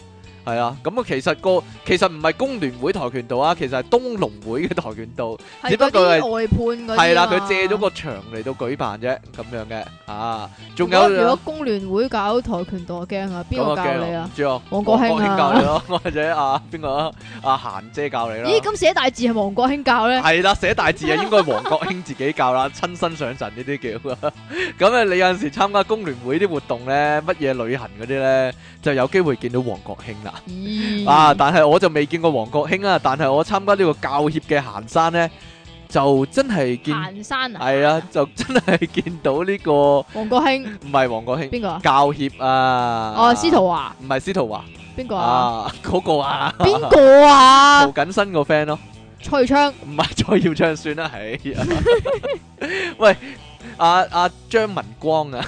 S2: 係啊，咁啊其實個其實唔係工聯會跆拳道啊，其實係東龍會嘅跆拳道，
S1: 係
S2: 只不
S1: 嗰
S2: 過係
S1: 啲外判嗰啲啊
S2: 係啦，
S1: 嘛
S2: 佢借咗個場嚟到舉辦啫，咁樣嘅啊，
S1: 如
S2: 仲有
S1: 果如果工聯會搞跆拳道，我驚啊！邊
S2: 咁
S1: 個
S2: 我
S1: 教
S2: 驚
S1: 你
S2: 啦
S1: 啊
S2: 唔？知啊，
S1: 王國興啊
S2: 王教你咯， 或者啊邊個啊阿嫻姐教你啦。
S1: 咦，咁寫大字係黃國興教咧？
S2: 係啦，寫大啊字啊，應該黃國興自己教啦，親身上陣呢啲叫。 咁啊，你有陣時參加工聯會啲活動咧，乜嘢旅行嗰啲咧，就有機會見到黃國興啦。
S1: 咦，
S2: 啊，但係我就未見過黃國興啊，但係我參加呢個教協嘅行山咧，就真係見
S1: 行山啊，
S2: 係啊，就真係見到呢個唔
S1: 黃國興
S2: 係黃國興
S1: 邊個啊？
S2: 教協啊，
S1: 哦，司徒華
S2: 唔係司徒華
S1: 邊個啊？
S2: 啊，嗰個啊，
S1: 邊個啊
S2: 陶？謹新個 friend 咯。
S1: 蔡 昌
S2: 唔係蔡耀昌算 啦，係啊。喂，阿阿張文光啊，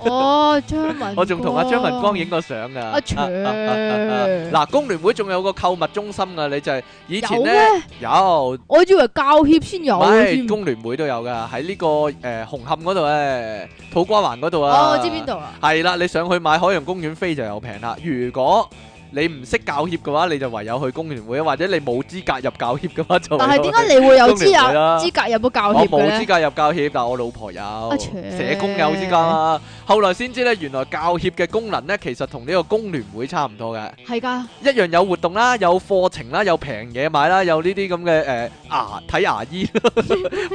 S1: 哦，張文光，
S2: 我仲同阿張文光影過相啊。
S1: 阿卓
S2: 嗱、工聯會仲有個購物中心啊，你就係以前
S1: 有
S2: 咧
S1: 咩？
S2: 有，
S1: 我以為教協先有
S2: 唔係
S1: 添。
S2: 工聯會都有噶，喺呢、個誒、呃、紅磡嗰度咧，土瓜灣嗰度啊。
S1: 哦，我知邊度啦？
S2: 係啦，你上去買海洋公園飛就有平啦。如果你唔識教協嘅話，你就唯有去工聯會，或者你冇資格入教協嘅話就。
S1: 但係點解你會有資
S2: 中年
S1: 格
S2: 會啦
S1: 資格入到教
S2: 我
S1: 協
S2: 冇
S1: 嘅
S2: 資
S1: 咧？
S2: 格入教協，但我老婆有，
S1: 切
S2: 社工有資格啦。後來先知咧，原來教協嘅功能咧，其實同呢個工聯會差唔多嘅，
S1: 係㗎，
S2: 一樣有活動啦，有課程啦，有平嘢買啦，有呢啲咁嘅誒牙睇牙醫、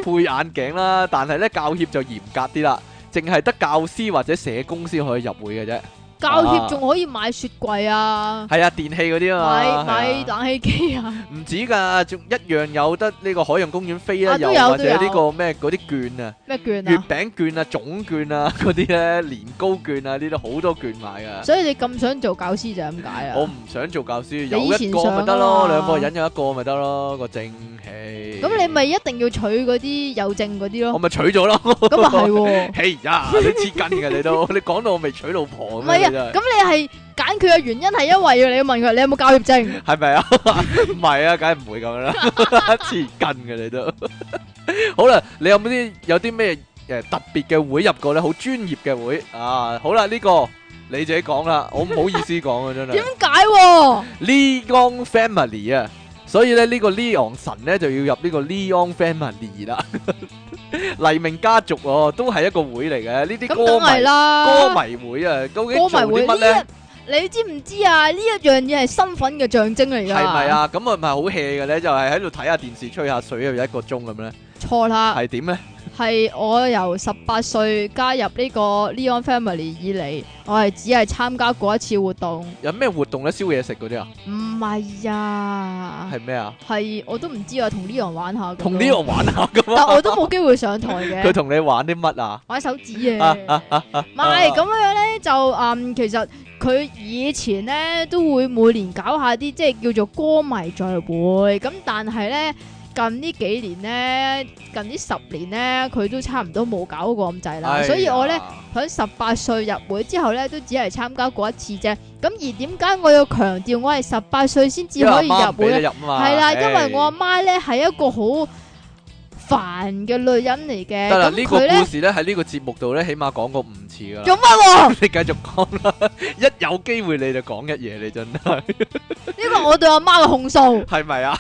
S2: 配眼鏡啦。但係咧，教協就嚴格啲啦，淨係得教師或者社工先可以入會嘅啫。
S1: 教協仲可以買雪櫃啊，
S2: 係啊，電器嗰啲啊嘛
S1: 買
S2: 係啊，
S1: 買冷氣機啊，
S2: 唔止㗎，仲一樣有得呢個海洋公園飛啦，
S1: 啊
S2: 又
S1: 都有
S2: 或者
S1: 都有
S2: 呢個咩嗰啲券啊。
S1: 咩券
S2: 月
S1: 啊？
S2: 餅券啊、粽券啊、 嗰啲咧年糕券啊，呢啲好多券買噶。
S1: 所以你咁想做教師就係咁解啊
S2: 我？唔想做教師，有
S1: 你以前
S2: 一個咪得
S1: 想
S2: 咯，
S1: 啊嘛
S2: 兩個人有一個咪得咯，個正氣。
S1: 咁你咪一定要取嗰啲有證嗰啲
S2: 我
S1: 咯，
S2: 咪娶咗咯。
S1: 咁啊係喎。
S2: 嘿呀，你黐筋嘅 你都，你講到我未娶老婆
S1: 唔
S2: 咁
S1: 係
S2: 樣，你
S1: 啊，
S2: 真
S1: 咁你係揀佢嘅原因係因為要你要問佢你有冇教協證，
S2: 係咪啊？ 唔係啊，梗係唔會咁樣啦， 黐筋嘅你都。 好啦，你有冇啲有啲咩誒特別嘅會入過咧？好專業嘅會啊！好啦，呢個你自己講啦，我唔好意思講啊，真係
S1: 點。解喎？
S2: Leon Family 啊，所以咧呢個 Leon 神咧就要入呢個 Leon Family 啦。 黎明家族哦，都係一個會嚟嘅，呢啲
S1: 咁梗
S2: 歌
S1: 係
S2: 迷
S1: 啦，
S2: 歌迷會啊，究竟
S1: 歌
S2: 做
S1: 迷
S2: 啲
S1: 會
S2: 乜咧
S1: 呢？一，你知唔知啊？呢一樣嘢係身份嘅象徵嚟㗎，
S2: 係咪？啊？咁啊唔係好 hea 嘅咧，就係喺度睇下電視、吹下水啊，有一個鐘咁咧，
S1: 錯啦，
S2: 係點咧？
S1: 係我由十八歲加入呢個 Leon Family 以嚟，我係只係參加過一次活動，
S2: 有咩活動咧？燒嘢食嗰啲啊？
S1: 唔係啊，
S2: 係咩啊？
S1: 係我都唔知啊，同 Leon 玩下咁咯，
S2: 同 Leon 玩下噶
S1: 但
S2: 嘛？
S1: 我都冇機會上台嘅。
S2: 佢同你玩啲乜啊？
S1: 玩手指
S2: 啊
S1: 啊！唔係咁樣咧，就嗯，其實佢以前咧都會每年搞下啲即係叫做歌迷聚會，咁但係咧近呢幾年咧，近呢十年咧，佢都差唔多冇搞過咁滯啦，所以我咧
S2: 哎呀
S1: 喺十八歲入會之後咧，都只係參加過一次啫。咁而點解我要強調我係十八歲先至
S2: 因為阿
S1: 可以
S2: 媽
S1: 入
S2: 唔俾
S1: 會咧
S2: 你？入啊嘛，
S1: 係啦，因
S2: 唉
S1: 為我阿媽咧係一個好煩嘅女人嚟嘅，
S2: 得啦，
S1: 咁
S2: 呢
S1: 佢
S2: 個
S1: 咧
S2: 故事咧喺呢個節目度咧，起碼講過五次噶啦。
S1: 做乜喎？
S2: 你繼續講啦，一有機會你就講一嘢，你真 係
S1: 呢個我對阿媽嘅控訴，
S2: 係咪 啊？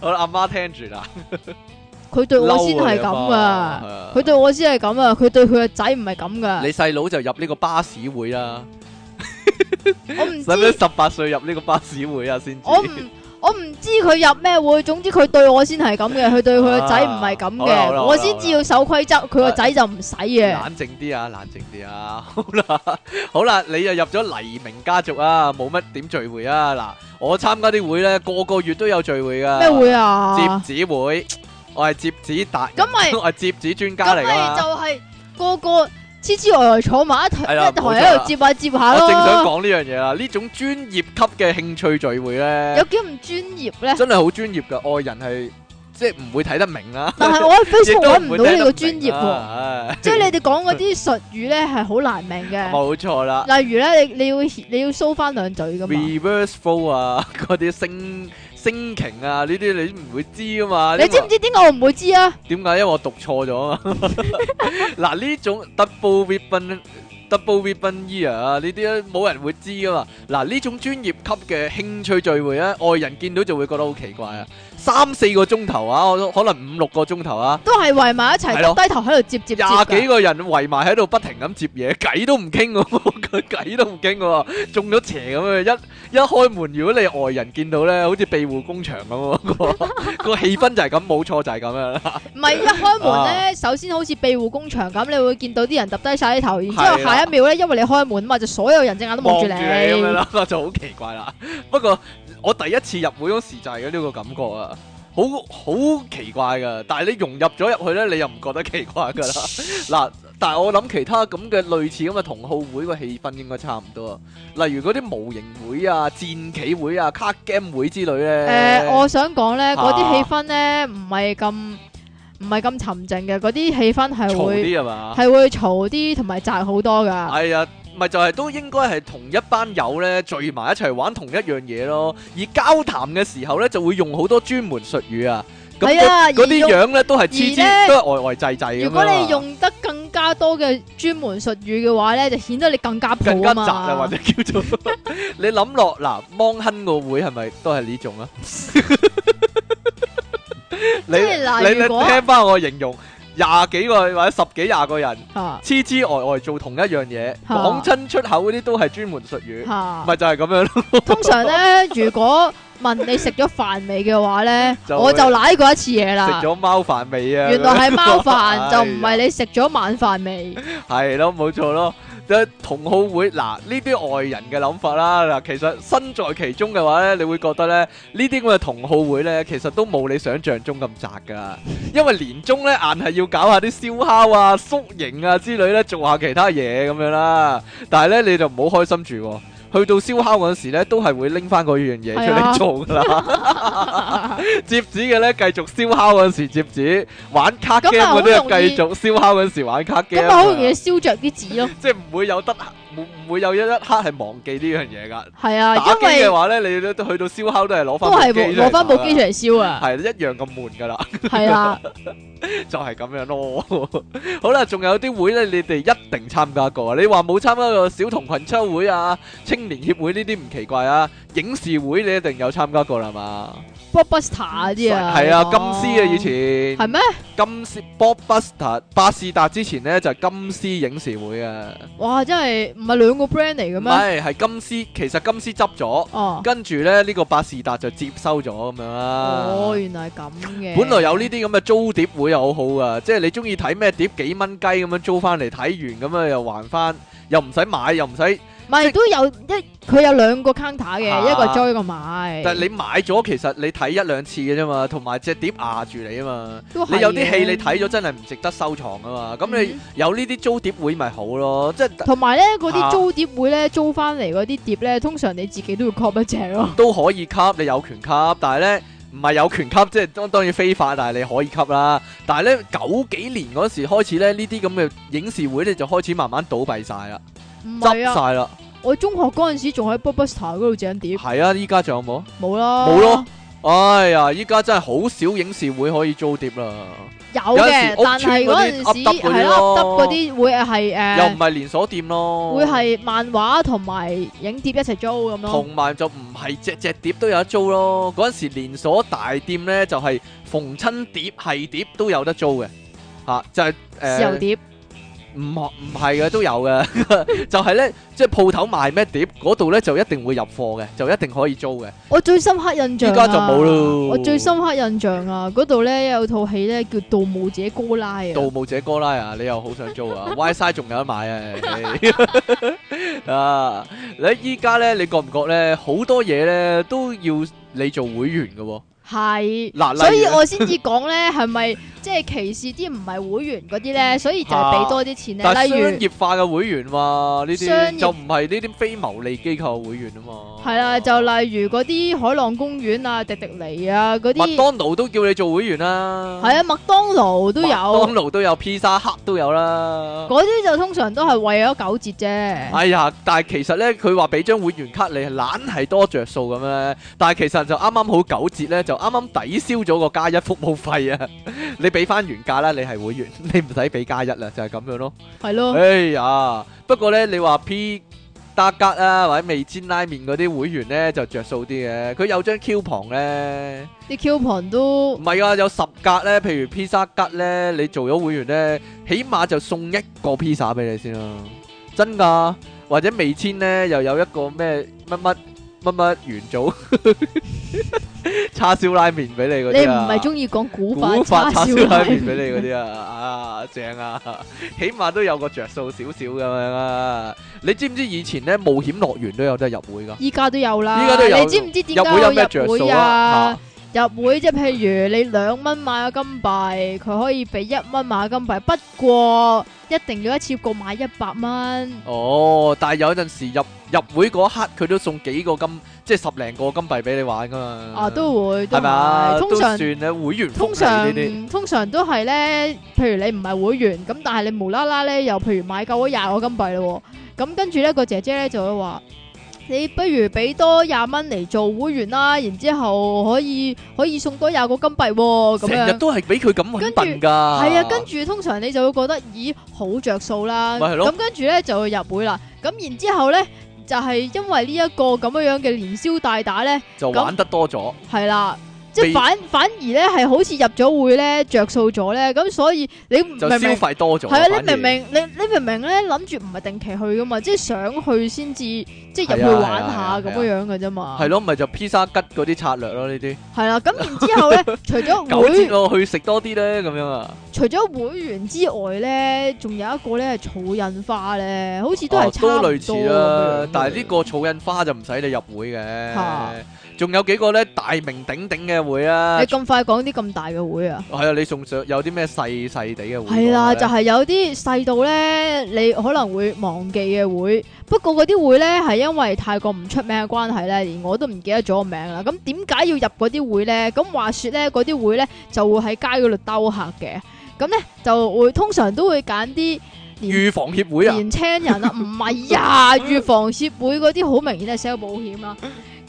S2: 好啦，阿媽聽住啦，
S1: 佢對我先係咁
S2: 嬲啊
S1: 噶，佢
S2: 你阿媽係
S1: 對我先係咁啊，佢對佢個仔唔係咁
S2: 啊
S1: 噶
S2: 你，細佬就入呢個巴士會啦，
S1: 我唔
S2: 使唔使
S1: 知，
S2: 十八歲入呢個巴士會啊？先知
S1: 我唔。我唔知佢入咩會，總之佢對我先係咁嘅，佢對佢個仔唔係咁
S2: 啊好啦好啦
S1: 嘅，我先至要守規則，佢個仔就唔使嘅。
S2: 冷靜啲啊，冷靜啲啊， 好啦，好啦，你又入咗黎明家族啊，冇乜點聚會啊。嗱，我參加啲會咧，個個月都有聚會噶。
S1: 咩會啊？
S2: 折紙會，我係折紙達人，
S1: 咁咪
S2: 我係折紙專家
S1: 咁
S2: 嚟啊
S1: 咪就
S2: 噶。
S1: 係個個痴痴呆呆坐埋一台
S2: 係啦
S1: 一台喺
S2: 冇錯啦
S1: 度接下接下
S2: 我正
S1: 咯，
S2: 想講呢樣嘢啦，呢種專業級嘅興趣聚會
S1: 有
S2: 咧，
S1: 幾唔專業咧？
S2: 真係好專業噶，外人係即係唔會睇得明啦，
S1: 但 係我喺 Facebook
S2: 都
S1: 揾唔
S2: 會
S1: 到
S2: 睇
S1: 你
S2: 得
S1: 個專業
S2: 明啊
S1: 喎，
S2: 啦唉
S1: 即係你哋講嗰啲術語咧係好難明嘅。
S2: 冇錯啦
S1: 例如咧，你你要你要 show 翻兩嘴噶嘛？你
S2: ，reverse flow 啊， 嗰啲升升擎啊，呢啲你唔會知噶嘛？因為
S1: 知唔知點解我唔會知啊？
S2: 點解？因為我讀錯 咗啊嘛。嗱，呢種 double ribbon、double ribbon year 啊，呢啲咧冇人會知噶嘛。嗱，呢種專業級嘅興趣聚會咧，外人見到就會覺得好奇怪啊。三四個鐘頭啊，我可能五六個鐘頭啊，
S1: 都係圍埋一齊，
S2: 係咯
S1: 耷低頭喺度接接接啊
S2: 廿幾
S1: 㗎。
S2: 個人圍埋喺度不停咁接嘢，偈都唔傾喎， 佢偈都唔傾喎，中咗邪咁樣。一一開門，如果你外人見到咧，好似庇護工場咁啊，個個氣氛就係咁，冇錯就係咁樣啦。
S1: 唔 係一開門
S2: 啊
S1: 咧，首先好似庇護工場咁，你會見到啲人耷低晒啲頭，然之
S2: 係
S1: 後
S2: 啦
S1: 下一秒咧，因為你開門啊嘛，就所有人隻眼都
S2: 望
S1: 望住
S2: 住
S1: 你。
S2: 你咁樣
S1: 係
S2: 啦， 就好奇怪啦。不過我第一次入會嗰時就係有呢個感覺啊，好好奇怪噶。但係你融入咗入去咧，你又唔覺得奇怪噶啦。 嗱，但係我諗其他咁嘅類似咁嘅同好會個氣氛應該差唔多啊。例如嗰啲模型會啊、戰棋會啊、卡 game 會之類咧。
S1: 誒，我想講咧，嗰
S2: 啊
S1: 啲氣氛咧唔係咁唔係咁沉靜嘅，嗰啲氣氛係
S2: 嘈
S1: 會
S2: 啲係嘛？
S1: 係會嘈啲同埋窄好多㗎。
S2: 係啊，咪就係都應該係同一班友咧聚埋一齊玩同一樣嘢咯。而交談嘅時候咧，就會用好多專門術語啊。咁
S1: 係啊
S2: 嗰嗰啲
S1: 而
S2: 樣咧都係黐黐，
S1: 而呢
S2: 都係呆呆滯滯咁
S1: 如
S2: 樣
S1: 果
S2: 啊
S1: 你用得更加多嘅專門術語嘅話咧，就顯得你更加
S2: 更
S1: 普
S2: 加
S1: 啊
S2: 窄啊，或
S1: 嘛
S2: 者。叫做 你諗落嗱，芒亨個會係咪都係呢種啊？你
S1: 即係嗱
S2: 你你
S1: 如果
S2: 聽翻我形容，廿幾個或者十幾廿個人
S1: 嚇
S2: 痴痴呆呆做同一樣嘢，
S1: 嚇
S2: 講親出口嗰啲都係專門術語，
S1: 嚇，
S2: 咪就係咁樣 咯。
S1: 通常咧，如果問你食咗飯未嘅話咧，
S2: 就會
S1: 我就舐過一次嘢啦
S2: 食。咗貓飯未啊？
S1: 原來係貓飯，
S2: 哎
S1: 就唔
S2: 呀
S1: 係你食咗晚飯未。
S2: 係咯，冇錯咯。誒同好會嗱，呢啲外人嘅諗法啦，嗱，其實身在其中嘅話咧，你會覺得咧，呢啲咁嘅同好會咧，其實都冇你想象中咁窄噶，因為年中咧硬係要搞下啲燒烤啊、宿營啊之類咧，做下其他嘢咁樣啦。但係咧，你就唔好開心住喎、去到燒烤嗰時咧，都係會拎翻嗰樣嘢出
S1: 係啊
S2: 嚟做噶啦。 接紙嘅咧，繼續燒烤嗰時接紙，玩卡
S1: 咁咪啊
S2: game 嗰
S1: 好
S2: 啲啊
S1: 容易
S2: 繼續燒烤嗰時玩卡 game
S1: 咁
S2: 啊。
S1: 咪好容易燒着啲紙咯。
S2: 即係唔會有得唔唔會有一一刻係忘記呢樣嘢㗎。
S1: 係啊，
S2: 打機
S1: 因為
S2: 嘅話咧，你都去到燒烤都係攞
S1: 都
S2: 翻
S1: 係
S2: 部機
S1: 攞翻部機出
S2: 嚟
S1: 嚟燒
S2: 打
S1: 啊。
S2: 㗎，係一樣咁悶㗎啦，
S1: 係啊，
S2: 就係咁樣咯。 好啦，仲有啲會咧，你哋一定參加過啊。你話冇參加過小童群秋會啊、青年協會呢啲唔奇怪啊，影視會你一定有參加過啦嘛。
S1: Blockbuster 嗰啲啊。
S2: 係啊，金絲啊，以前
S1: 係咩？
S2: 金絲 Bob Buster 百事達之前咧就係金絲影視會啊，
S1: 哇！真係唔係兩個 brand 嚟嘅
S2: 唔
S1: 咩？
S2: 係係金絲，其實金絲執咗。
S1: 哦，
S2: 跟住咧，呢、呢個百事達就接收咗咁樣啦。
S1: 哦，原來係咁嘅。
S2: 本來有呢啲咁嘅租碟會又好好噶，即係你中意睇咩碟幾蚊雞咁樣租翻嚟睇完咁啊又還翻，又唔使買又唔使。
S1: 唔係都有一佢有兩個 counter 嘅，
S2: 嚇
S1: 一個 joy 一個買。
S2: 但係你買咗其實你睇一兩次嘅啫嘛，同埋隻碟壓住你啊嘛。
S1: 都係
S2: 你有啲戲
S1: 嘅
S2: 你睇咗真係唔值得收藏啊嘛。咁你
S1: 嗯
S2: 有呢啲租碟會咪好咯，即係
S1: 同埋咧嗰
S2: 嚇
S1: 啲租碟會咧租翻嚟嗰啲碟咧，通常你自己都會 copy 一隻咯。
S2: 都可以吸，你有權吸，但係咧唔係有權吸，即係當當然非法，但係你可以吸啦。但係咧九幾年嗰時開始咧，呢啲咁嘅影視會咧就開始慢慢倒閉晒啦，
S1: 唔
S2: 執
S1: 係啊，
S2: 晒啦。
S1: 我中學嗰陣時仲喺 Blockbuster 嗰度整碟，
S2: 係啊，依家仲有冇？
S1: 冇啦，
S2: 冇咯，哎呀，依家真係好少影視會可以租碟啦，
S1: 有
S2: 有陣時
S1: 嘅，
S2: 屋
S1: 但係
S2: 邨嗰
S1: 嗰陣
S2: 啲
S1: 時
S2: up-up 嗰啲
S1: 係啦
S2: 咯
S1: ，up 嗰啲會係
S2: 又
S1: 誒，
S2: 唔係連鎖店咯，
S1: 會係漫畫同埋影碟一齊租咁咯
S2: 同。埋就唔係隻隻碟都有得租咯。嗰陣時連鎖大店咧就係逢親碟係碟都有得租嘅，嚇、就係、誒。
S1: 豉油碟
S2: 唔唔係嘅都 有嘅，就係咧，即係鋪頭賣咩碟，嗰度咧就一定會入貨嘅，就一定可以租嘅。
S1: 我最深刻印象啊
S2: 依家就冇咯
S1: 我最深刻印象啊，嗰度咧有套戲咧叫《盜墓者哥拉》
S2: 《
S1: 啊，
S2: 盜墓者哥拉》啊，你又好想 租啊？Y 晒仲有得買啊！唉 啊，你依家咧，你覺唔覺咧？好多嘢咧都要你做會員嘅喎。
S1: 係。
S2: 嗱，例
S1: 所以
S2: 如
S1: 我先至講咧，係咪即係歧視啲唔係會員嗰啲咧？所以就係俾多啲錢
S2: 但係
S1: 咧。例
S2: 商
S1: 如
S2: 業化嘅會員嘛，呢
S1: 商
S2: 啲
S1: 業
S2: 就唔係呢啲非牟利機構嘅會員啊嘛。
S1: 係啦，就例如嗰啲海浪公園啊、迪迪尼啊嗰
S2: 麥
S1: 啲，
S2: 當勞都叫你做會員啦。
S1: 係啊，麥當勞都有，
S2: 麥當
S1: 嗰
S2: 勞都有，披薩克都有啦。
S1: 啲就通常都係為咗九折啫。
S2: 哎呀，但係其實咧，佢話俾張會員卡你係懶係多着數咁樣咧，但係其實就啱啱好九折咧，就啱啱抵消咗個加一服務費啊！ 你俾翻原價啦，你係會員， 你唔使俾加一啦，就係、咁樣咯。
S1: 係咯，
S2: 哎呀，不過咧，你話 P 打吉啊，或者味煎拉麵嗰啲會員咧就着數啲嘅，佢有張 Q 旁咧。
S1: 啲 coupon 都
S2: 唔係啊，有十格咧，譬如披薩吉咧，你做咗會員咧，起碼就送一個披薩俾你先啦，真㗎。或者味千咧，又有一個咩乜乜乜乜元祖叉燒拉麵俾你嗰
S1: 你
S2: 啲
S1: 唔
S2: 啊，
S1: 係中意講古法
S2: 古
S1: 叉
S2: 法叉
S1: 燒
S2: 燒
S1: 拉
S2: 拉
S1: 麵
S2: 麵俾你嗰啲啊，啊正啊，起碼都有個着數少少咁樣啊。你知唔知以前咧冒險樂園都有得入會㗎？
S1: 依家都有啦。
S2: 依家都有
S1: 你知唔知點
S2: 入會有咩
S1: 解
S2: 着
S1: 有入
S2: 數
S1: 會
S2: 啊？
S1: 啊
S2: 嚇？
S1: 入會即係譬如你兩蚊買個金幣，佢可以俾一蚊買個金幣，不過一定要一次過買一百蚊。
S2: 哦，但係有陣時入入會嗰一刻，佢都送幾個金，即係十零個金幣俾你玩噶嘛。
S1: 啊，都會都
S2: 係咪啊？
S1: 係
S2: 都
S1: 通常
S2: 算。咧，會員福
S1: 通
S2: 利呢啲。
S1: 常通常都係咧，譬如你唔係會員，咁但係你無啦啦咧，又譬如買夠咗廿個金幣咯喎，咁跟住咧個姐姐咧就會話：你不如俾多廿蚊嚟做會員啦，然之後可以可以送多廿個金幣喎，咁
S2: 成日
S1: 樣。
S2: 都係俾佢咁揾笨㗎。
S1: 係啊，跟住通常你就會覺得，咦，好着數啦。
S2: 咪係咯
S1: 咁跟住咧就會入會啦。咁然之後咧就係、因為呢一個咁樣樣嘅連消帶打咧，
S2: 就玩得多咗，
S1: 係啦。即係
S2: 被
S1: 反反而咧，係好似入咗會咧，着數咗咧，咁所以你明
S2: 就
S1: 唔
S2: 消
S1: 明
S2: 費多咗。
S1: 係啊，
S2: 反而
S1: 你明唔明？你你明唔明咧？諗住唔係定期去噶嘛，即係想去先至，即係入
S2: 係啊
S1: 去玩
S2: 係
S1: 下
S2: 啊
S1: 咁
S2: 係啊
S1: 樣樣嘅啫嘛。
S2: 係咯，咪就披薩吉嗰啲策略咯，呢啲
S1: 係啦。咁然之後 咧，除咗
S2: 九折
S1: 會，
S2: 咯，去食多啲咧，咁樣啊，
S1: 除咗會員之外咧，仲有一個咧係草印花咧，好似都係
S2: 哦
S1: 差唔多
S2: 類
S1: 咁
S2: 似
S1: 樣
S2: 啦
S1: 嘅。。
S2: 但係呢個草印花就唔使你入會
S1: 嚇
S2: 嘅，仲有幾個咧大名鼎鼎嘅會啊
S1: 你，咁快講啲咁大嘅會啊？
S2: 係啊，你仲想有啲咩細細地嘅會講啊咧？
S1: 係啦，就係有啲細到咧，你可能會忘記嘅會。不過嗰啲會咧係因為太過唔出名嘅關係咧，連我都唔記得咗個名啦。咁點解要入嗰啲會咧？咁話說咧，嗰啲會咧就會喺街嗰度兜客嘅。咁咧就會通常都會揀啲年
S2: 預防協會啊，
S1: 年青人 啊，唔係啊，預防協會嗰啲好明顯係 sell 保險啦。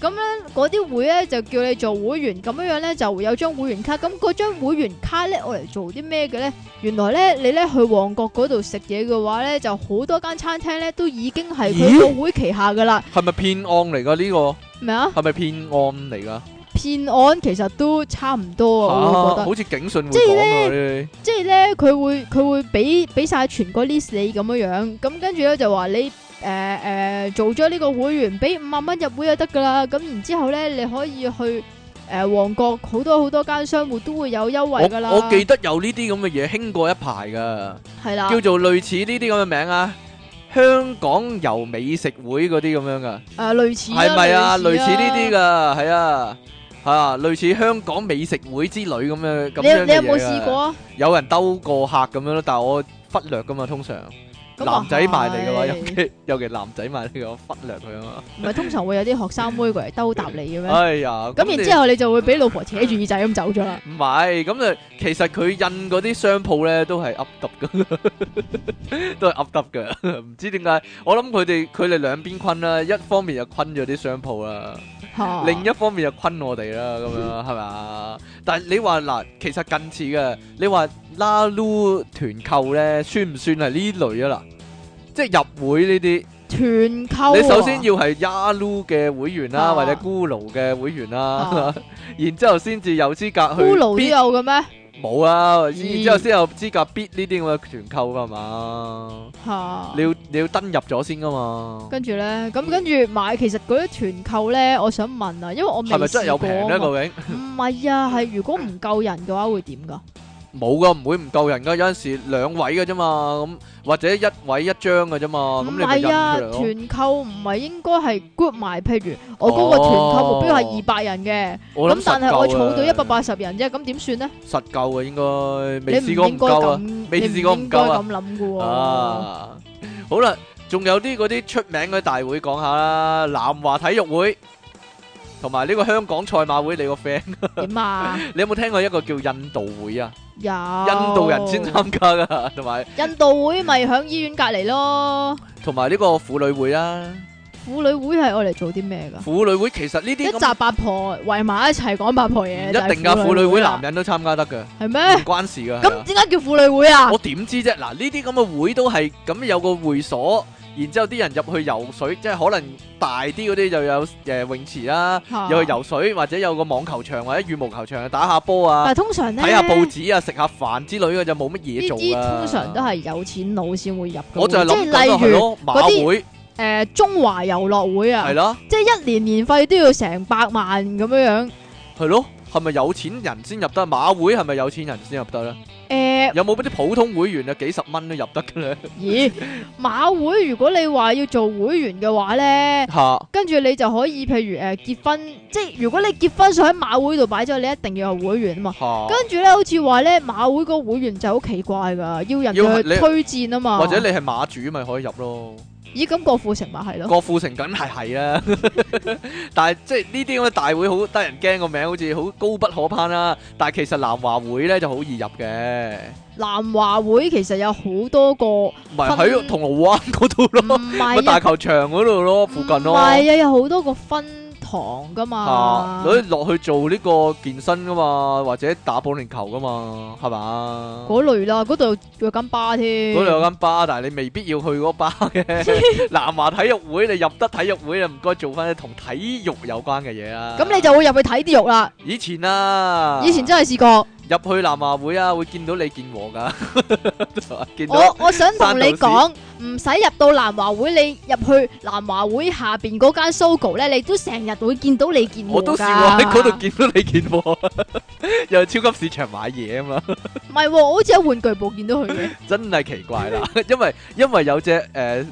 S1: 咁咧嗰啲會咧就叫你做會員，咁樣樣咧就會有張會員卡。咁嗰張會員卡咧，我嚟做啲咩嘅咧？原來咧你咧去旺角嗰度食嘢嘅話咧，就好多間餐廳咧都已經係佢個會旗下噶啦。
S2: 係咪騙案嚟㗎？呢
S1: 咩啊？
S2: 個係咪騙案嚟㗎？
S1: 騙案其實都差唔多啊，我會覺
S2: 啊
S1: 得。
S2: 好似警訊會
S1: 即係
S2: 講啊呢
S1: 即係咧，佢會佢會俾俾晒全個 list 你咁樣樣，咁跟住咧就話你誒誒做咗呢個會員，俾五萬蚊入會就得噶啦。咁然之後咧，你可以去誒旺角好多好多間商户都會有優惠噶
S2: 啲。
S1: 啦。啊
S2: 我我記得有呢啲咁嘅嘢興過一排㗎。
S1: 係啦，
S2: 叫做類似呢啲咁嘅名啊，香港遊美食會嗰啲咁樣噶，
S1: 誒類似啦
S2: 係咪啊？類似呢
S1: 噶？
S2: 啲噶，係啊，啊，類似香港美食會之類咁樣咁
S1: 你
S2: 樣
S1: 有
S2: 嘅
S1: 你有冇
S2: 嘢㗎
S1: 試過啊？
S2: 有人兜過客咁樣咯，但係我忽略噶嘛，通常
S1: 咁啊
S2: 男仔賣嚟嘅話，
S1: 係
S2: 尤其尤其男仔賣嚟嘅，我忽略佢啊嘛。
S1: 唔係通常會有啲學生妹過嚟兜搭你嘅咩？
S2: 哎呀，
S1: 咁然
S2: 你
S1: 之後你就會俾老婆扯住耳仔咁走咗啦。
S2: 唔係，咁就其實佢印嗰啲商鋪咧都係噏揼噶， 都係噏揼噶，唔知點解。我諗佢哋佢哋兩邊坤啦，一方面就坤咗啲商鋪啦，
S1: 嚇
S2: 另一方面就坤我哋啦，咁樣係咪啊？但係你話嗱，其實近似嘅，你話拉擼團購咧，算唔算係呢類啊？嗱，即係入會呢啲。
S1: 團購啊，
S2: 你首先要係 Yahoo 嘅會員啦，
S1: 啊
S2: 或者 Google 嘅會員啦
S1: 啊，
S2: 然之後先至有資格去
S1: Hulu 都
S2: bid
S1: 有嘅咩？
S2: 冇啊，然
S1: 咦
S2: 之後先有資格 bid 呢啲咁嘅團購噶嘛，
S1: 嚇
S2: 你要你要登入咗先噶嘛，
S1: 啊跟住咧，咁跟住買，其實嗰啲團購咧，我想問啊，因為我未
S2: 係咪真係有平咧？
S1: 試過啊嘛
S2: 究竟
S1: 唔係啊，係如果唔夠人嘅話會點噶？
S2: 冇噶，唔會唔夠人噶，有陣時兩位嘅啫嘛，咁或者一位一張嘅啫嘛，哦咁
S1: 唔
S2: 你咪印
S1: 係啊，
S2: 出嚟咯。
S1: 團購唔係應該係 group 埋，譬如我嗰個團購目標係
S2: 哦
S1: 二百人嘅，
S2: 我
S1: 咁
S2: 諗
S1: 但
S2: 實
S1: 係我
S2: 夠啊
S1: 儲到
S2: 嘅
S1: 一百八十人啫，咁點算呢？
S2: 實夠嘅應
S1: 你
S2: 該未
S1: 唔
S2: 試過
S1: 應
S2: 唔
S1: 該
S2: 夠啊。
S1: 咁，
S2: 未
S1: 你
S2: 試過唔
S1: 應該
S2: 夠啊
S1: 咁諗嘅喎。
S2: 啊，好啦，仲有啲嗰啲出名嘅大會講下啦，南華體育會同埋呢個香港賽馬會，你個 friend，
S1: 點啊？
S2: 你有冇聽過一個叫印度會啊？
S1: 有
S2: 印度人先參加噶，同埋
S1: 印度會咪喺醫院隔離咯？
S2: 同埋呢個婦女會啦，
S1: 婦女會係我嚟做啲咩㗎？
S2: 婦女會其實呢
S1: 一
S2: 啲
S1: 集
S2: 咁
S1: 八婆圍埋一齊講八婆
S2: 唔
S1: 嘢，
S2: 一定噶，婦女會
S1: 會啊
S2: 男人都參加得嘅，
S1: 係
S2: 唔
S1: 咩？
S2: 關事噶。係
S1: 咁
S2: 啊
S1: 點解叫婦女會啊
S2: 我？點知啫？嗱，呢啲咁嘅會都係咁有個會所，然之後啲人入去游水，即係可能大啲嗰啲就有誒、呃泳池啦、又去啊
S1: 嚇，
S2: 游水，或者有個網球場或者羽毛球場打下波啊
S1: 但係，通常咧，
S2: 睇下報紙啊，食下飯之類嘅就冇乜嘢
S1: 呢
S2: 做
S1: 啲
S2: 啊
S1: 通常都係有錢佬先會入嘅喎，
S2: 我就係
S1: 即
S2: 諗緊啊
S1: 係
S2: 係
S1: 例如
S2: 咯，馬會
S1: 誒中華遊樂會啊
S2: 係，啦，
S1: 即係一年年費都要成百萬咁樣
S2: 係咯，係咪有錢人先入得？馬會係咪有錢人先入得咧？
S1: 樣。誒，
S2: 有冇嗰啲普通會員啊？幾十蚊都入得嘅咧？
S1: 呃咦，馬會如果你話要做會員嘅話咧，
S2: 嚇！
S1: 跟住你就可以譬如誒呃結婚，即係如果你結婚想喺馬會度擺咗，你一定要有會員啊嘛。
S2: 嚇！
S1: 跟住咧，好似話咧馬會嗰個會員就好奇怪噶，要人
S2: 要
S1: 哋
S2: 你
S1: 去推薦啊嘛。
S2: 或者你係馬主咪可以入咯？
S1: 咦，咁郭富城咪係咯？
S2: 郭富城梗係係啦， 但係即係呢啲咁嘅大會好得人驚，個名好似好高不可攀啦。但係其實南華會咧就好易入嘅，
S1: 南華會其實有好多個，唔
S2: 咪喺
S1: 分
S2: 銅鑼灣嗰度咯， 咪
S1: 係
S2: 大
S1: 啊，
S2: 球場嗰度咯，附近
S1: 唔
S2: 咯，
S1: 係啊，有好多個分堂噶
S2: 啊
S1: 嘛，。
S2: 所以落去做呢個健身噶嘛，或者打保齡球噶嘛，係嘛？
S1: 嗰類啦，嗰度有間巴添，
S2: 嗰度有間巴，但係你未必要去嗰巴嘅。 南華體育會，你入得體育會，你唔該做翻啲同體育有關嘅嘢啦。
S1: 咁你就會入去睇啲肉啦。
S2: 以前啊，
S1: 以前真係試過，
S2: 入去南華會啊，會見到李健和噶， 見到
S1: 我我想同你講，唔使入到南華會，你入去南華會下邊嗰間 Sogo 咧，你都成日會見到你見
S2: 我都
S1: 試
S2: 試過喺嗰度見到李健和， 又去超級市場買嘢啊嘛，
S1: 唔係喎，我好似喺玩具部見到佢嘅，
S2: 真係奇怪啦，因為因為有隻誒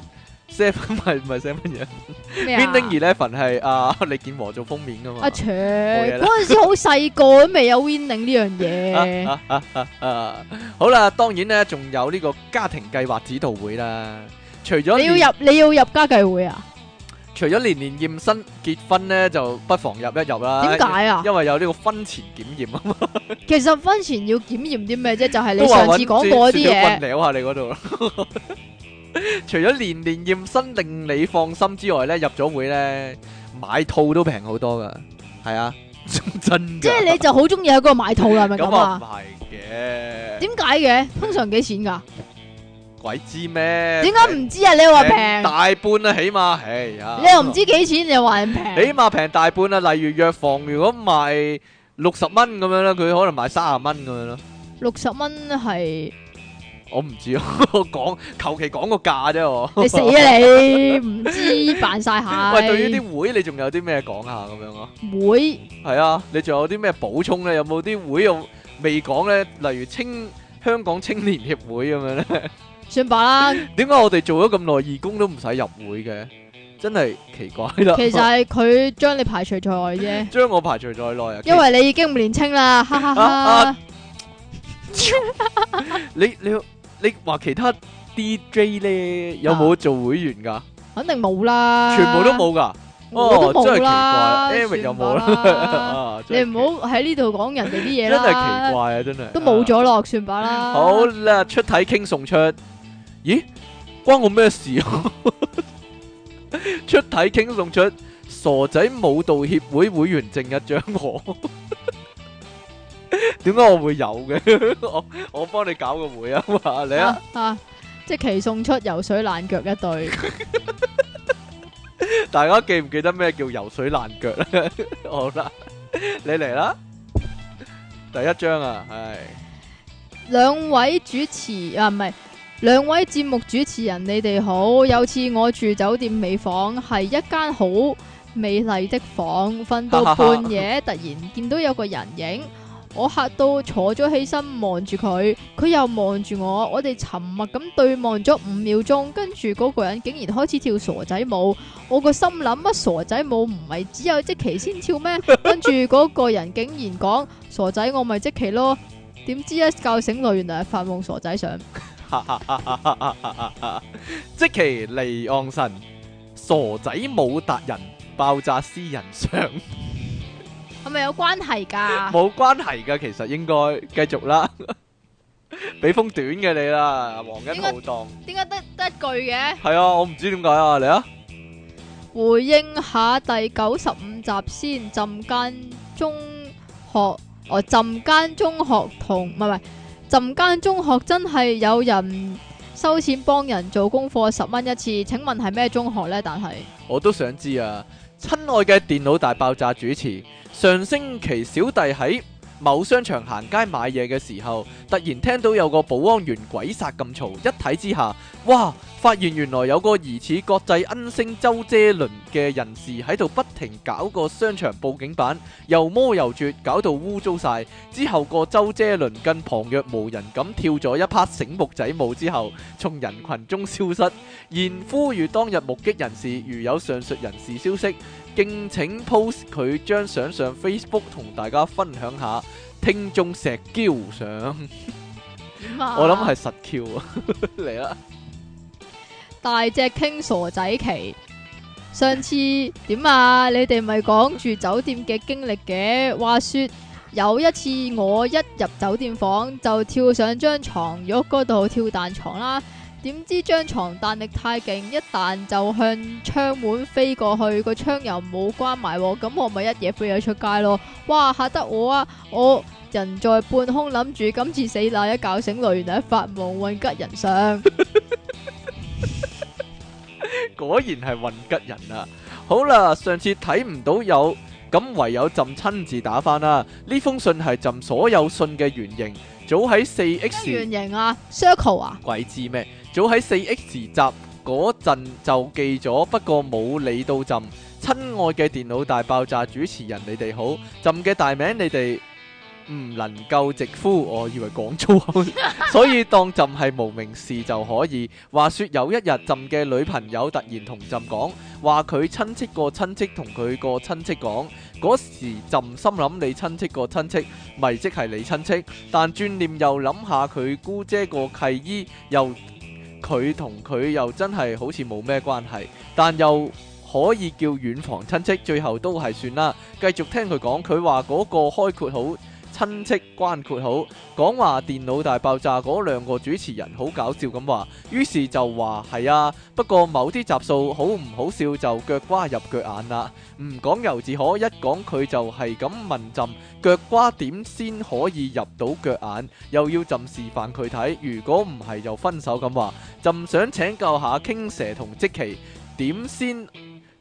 S2: seven 唔係唔係 seven 嘢
S1: 咩啊？
S2: ，Winning Eleven 係啊 李健和做封面噶嘛
S1: 阿。卓
S2: 嘢啦
S1: 嗰陣時好細個，都未有 winning 呢樣嘢。
S2: 啊，好啦，當然咧，仲有呢個家庭計劃指導會啦。除咗
S1: 你
S2: 年
S1: 要入你要入家計會啊？
S2: 除咗年年驗身結婚咧，就不妨入一入啦。
S1: 點解啊？
S2: 因為有呢個婚前檢驗啊嘛，
S1: 其實婚前要檢驗啲咩啫？就係
S2: 都
S1: 你
S2: 話
S1: 上
S2: 揾
S1: 次講過嗰啲嘢。
S2: 撩下你嗰度啦。 除咗年年驗身令你放心之外咧，入咗會咧買套都平好多噶，係啊， 真㗎
S1: 即係你就好中意喺嗰度買套啦，係咪
S2: 咁
S1: 咁
S2: 啊唔
S1: 啊？
S2: 係嘅，
S1: 點解嘅？通常幾錢㗎？
S2: 鬼知咩？
S1: 點解唔知啊？你話平，
S2: 大半啦，起碼，哎呀，
S1: 你又唔知幾錢，你又話人平
S2: 起，碼平大半啦。例如藥房，如果賣六十蚊咁樣啦，佢可能賣三十蚊咁樣咯。
S1: 六十蚊 係
S2: 我唔知啊，我講求其講個價啫。我
S1: 你死啊你！唔知扮晒下。
S2: 喂，對於啲會你仲有啲咩講下咁樣啊？
S1: 啲會
S2: 係啊，你仲有啲咩補充咧？有冇啲會又未講咧？例如青香港青年協會咁樣咧？
S1: 算罷啦，
S2: 點解我哋做咗咁耐義工都唔使入會嘅？真係奇怪啦！
S1: 其實係佢將你排除在外啫，
S2: 將我排除在內啊！
S1: 因為你已經唔年青 啦，哈哈
S2: 啊
S1: 哈。
S2: 你你你話其他 DJ 咧有冇做會員㗎？
S1: 肯定冇啦，
S2: 全部都，冇㗎，
S1: 我都
S2: 哦
S1: 冇
S2: 真係奇怪
S1: 啦
S2: Eric 有冇 啦
S1: 算罷啦？
S2: 啊
S1: 你
S2: 真係奇
S1: 唔好喺呢度講人哋啲嘢
S2: 真
S1: 啦，
S2: 係奇怪啊！真係
S1: 都冇。咗咯，算罷啦。
S2: 好啦，出體傾送出，咦？關我咩事啊？出體傾送出傻仔舞蹈協會會員證一張我。點解我會有嘅？我我幫你搞個會啊嘛，你啊
S1: 啊，啊，即期送出游水爛腳一對，
S2: 大家記唔記得咩叫游水爛腳咧？好啦，你嚟啦，第一張啊，係
S1: 兩位主持啊，唔係兩位節目主持人，你哋好。有次我住酒店尾房，係一間好美麗的房，瞓到半夜突然見到有個人影。我嚇到坐咗起身望住佢，佢又望住我，我哋沉默咁對望咗五秒鐘，跟住嗰個人竟然開始跳傻仔舞，我個心諗乜傻仔舞唔係只有即期先跳咩？跟住嗰個人竟然講傻仔我咪即期咯，點知一覺醒來原來係發夢傻仔相，
S2: 即其離岸神，傻仔冇達人，爆炸私人相，
S1: 係咪有關係㗎？
S2: 冇關係噶，其實應該繼續啦， 俾封短嘅你啦，黃恩浩蕩，
S1: 點解得得一句嘅？
S2: 係啊，我唔知點解啊，嚟啊，
S1: 回應下第九十五集先，浸間中學哦，浸間中學同唔係唔係浸間中學真係有人收錢幫人做功課十蚊一次，請問係咩中學呢？但係。
S2: 我都想知啊，親愛嘅電腦大爆炸主持，上星期小弟喺某商場行街買嘢嘅時候，突然聽到有個保安員鬼殺咁嘈，一睇之下，哇！發現原來有個疑似國際恩星周姐倫嘅人士喺度不停搞個商場報警版，又摸又絕，搞到污糟晒。之後個周姐倫更旁若無人咁跳咗一 part 醒目仔舞之後，從人群中消失。現呼籲當日目擊人士，如有上述人士消息，敬請 post 佢張相上 Facebook 同大家分享下。聽眾石嬌相，
S1: 點啊
S2: 我諗係實 Q 啊，嚟啦！
S1: 大隻傾傻仔期。上次點啊？你哋咪講住酒店嘅經歷嘅。話說有一次我一入酒店房就跳上張床褥嗰度跳彈床啦，點知張床彈力太勁，一彈就向窗門飛過去，個窗又冇關埋喎，咁我咪一嘢飛咗出街咯。哇！嚇得我啊！我人在半空諗住今次死啦，一覺醒來原來係發夢運吉人上。
S2: 果然係運吉人啊！好啦，上次睇唔到有，咁唯有朕親自打翻啦。呢封信係朕所有信嘅原型，早喺四
S1: 咩
S2: X
S1: 原型啊，circle 啊，
S2: 鬼知咩？早喺四 X 集嗰陣就記咗，不過冇理到朕。親愛嘅電腦大爆炸主持人，你哋好，朕嘅大名你哋唔能夠直呼，我以為講粗口，所以當朕係無名氏就可以。話說有一日，朕嘅女朋友突然同朕講，話佢親戚個親戚同佢個親戚講，嗰時朕心諗你親戚個親戚，咪即係你親戚。但轉念又諗下佢姑姐個契姨，又佢同佢又真係好似冇咩關係，但又可以叫遠房親戚，最後都係算啦。繼續聽佢講，佢話嗰個開括號親戚關括號，講話電腦大爆炸嗰兩個主持人好搞笑咁話，於是就話係啊，不過某啲集數好唔好笑就腳瓜入腳眼啦。唔講由自可，一講佢就係咁問朕。腳瓜點先可以入到腳眼，又要朕示範佢睇。如果唔係就分手咁話。朕想請教下傾蛇同積淇點先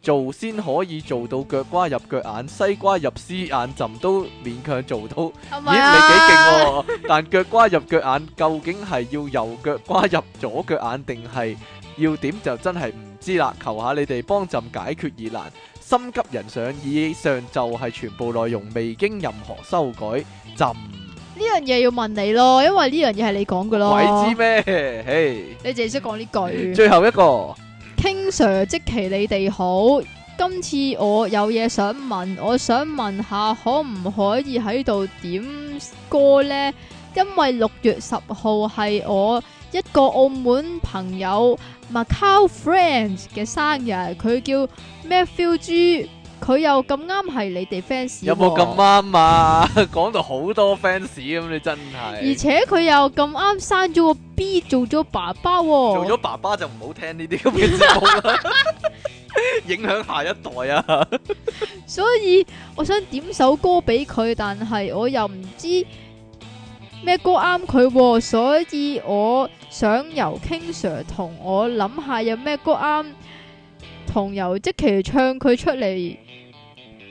S2: 做先可以做到腳瓜入腳眼，西瓜入絲眼，朕都勉強做到。
S1: 係
S2: 咦，
S1: 咪啊？
S2: 你幾勁喎！ 但腳瓜入腳眼，究竟係要右腳瓜入左腳眼，定係要點就真係唔知啦。求下你哋幫朕解決疑難。心急人上，以上就係全部內容，未經任何修改。朕
S1: 呢樣嘢要問你咯，因為呢樣嘢係你講嘅咯。
S2: 鬼知咩？嘿，
S1: 你淨係識講呢句。
S2: 最後一個
S1: King Sir，即其你哋好。今次我有嘢想問，我想問下可唔可以喺度點歌呢？因為六月十號係我一個澳門朋友 Macau Friend 嘅生日，佢叫 Matthew 豬，佢又咁啱係你哋 fans。
S2: 有冇咁啱啊？ 講到好多 fans 咁，你真
S1: 而
S2: 係
S1: 且佢又咁啱生咗個 B 做咗爸爸喎、
S2: 做咗爸爸就唔好聽呢啲咁嘅節目啦， 影響下一代啊！
S1: 所以我想點首歌俾佢，但係我又唔知咩歌啱佢喎，所以我想由 King Sir 同我諗下有咩歌啱，同由即期唱佢出嚟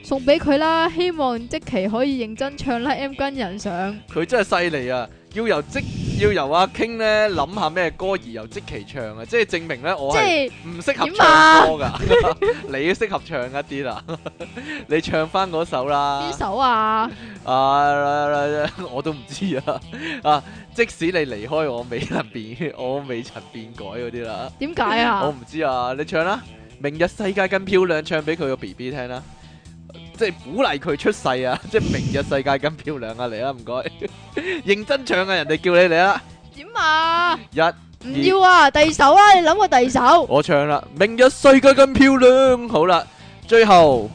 S1: 送俾佢啦。希望即期可以認真唱啦，M 跟人上。
S2: 佢真係犀利啊！要由即要由阿 King 咧諗下咩歌而由即期唱啊，即係證明咧我
S1: 即
S2: 係
S1: 係
S2: 唔適合
S1: 點啊
S2: 唱歌噶， 你適合唱一啲啦， 你唱翻嗰首啦
S1: 邊。首啊？
S2: 啊，我都唔知啊！啊，即使你離開我未能變， 我未曾變改嗰啲啦，
S1: 點解
S2: 我
S1: 啊？
S2: 唔知啊！你唱啦，《明日世界更漂亮》唱俾佢個 B B 聽啦，即係鼓勵佢出世啊！ 即係《明日世界更漂亮》啊，嚟啦，唔該， 認真唱啊！人哋叫你嚟啦，
S1: 點啊？
S2: 一。
S1: 唔要啊！第二首啊，你諗過第二首？
S2: 我唱啦，明日世界咁漂亮。好啦，最後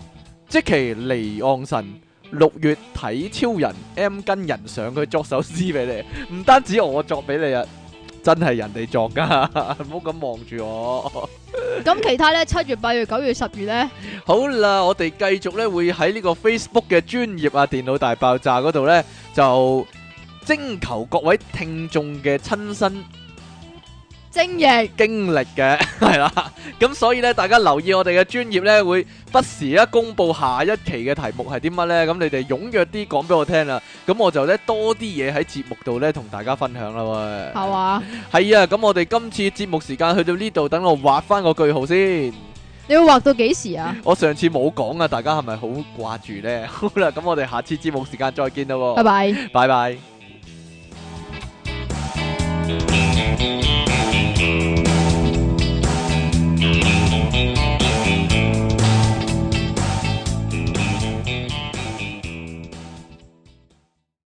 S2: 即其離岸神六月睇超人 M 跟人上，佢作首詩俾你，唔單止我作俾你啊，真係人哋作噶，唔好咁望住我。
S1: 咁其他呢？七月、八月、九月、十月呢？
S2: 好啦，我哋繼續咧會喺呢個 Facebook 嘅專業啊電腦大爆炸嗰度咧就徵求各位聽眾嘅親身。
S1: 精液。
S2: 經歷嘅， 係啦。咁所以咧，大家留意我哋嘅專業咧，會不時咧公佈下一期嘅題目係啲乜咧。咁你哋踴躍啲講俾我聽啦。咁我就咧多啲嘢喺節目度咧同大家分享啦
S1: 系
S2: 喎。
S1: 嘛？
S2: 係啊，咁我哋今次節目時間去到呢度，等我畫翻個句號先。
S1: 你要畫到幾時啊？
S2: 我上次冇講啊，大家係咪好掛住呢？好啦，咁我哋下次節目時間再見啦喎。
S1: 拜拜。
S2: 拜拜。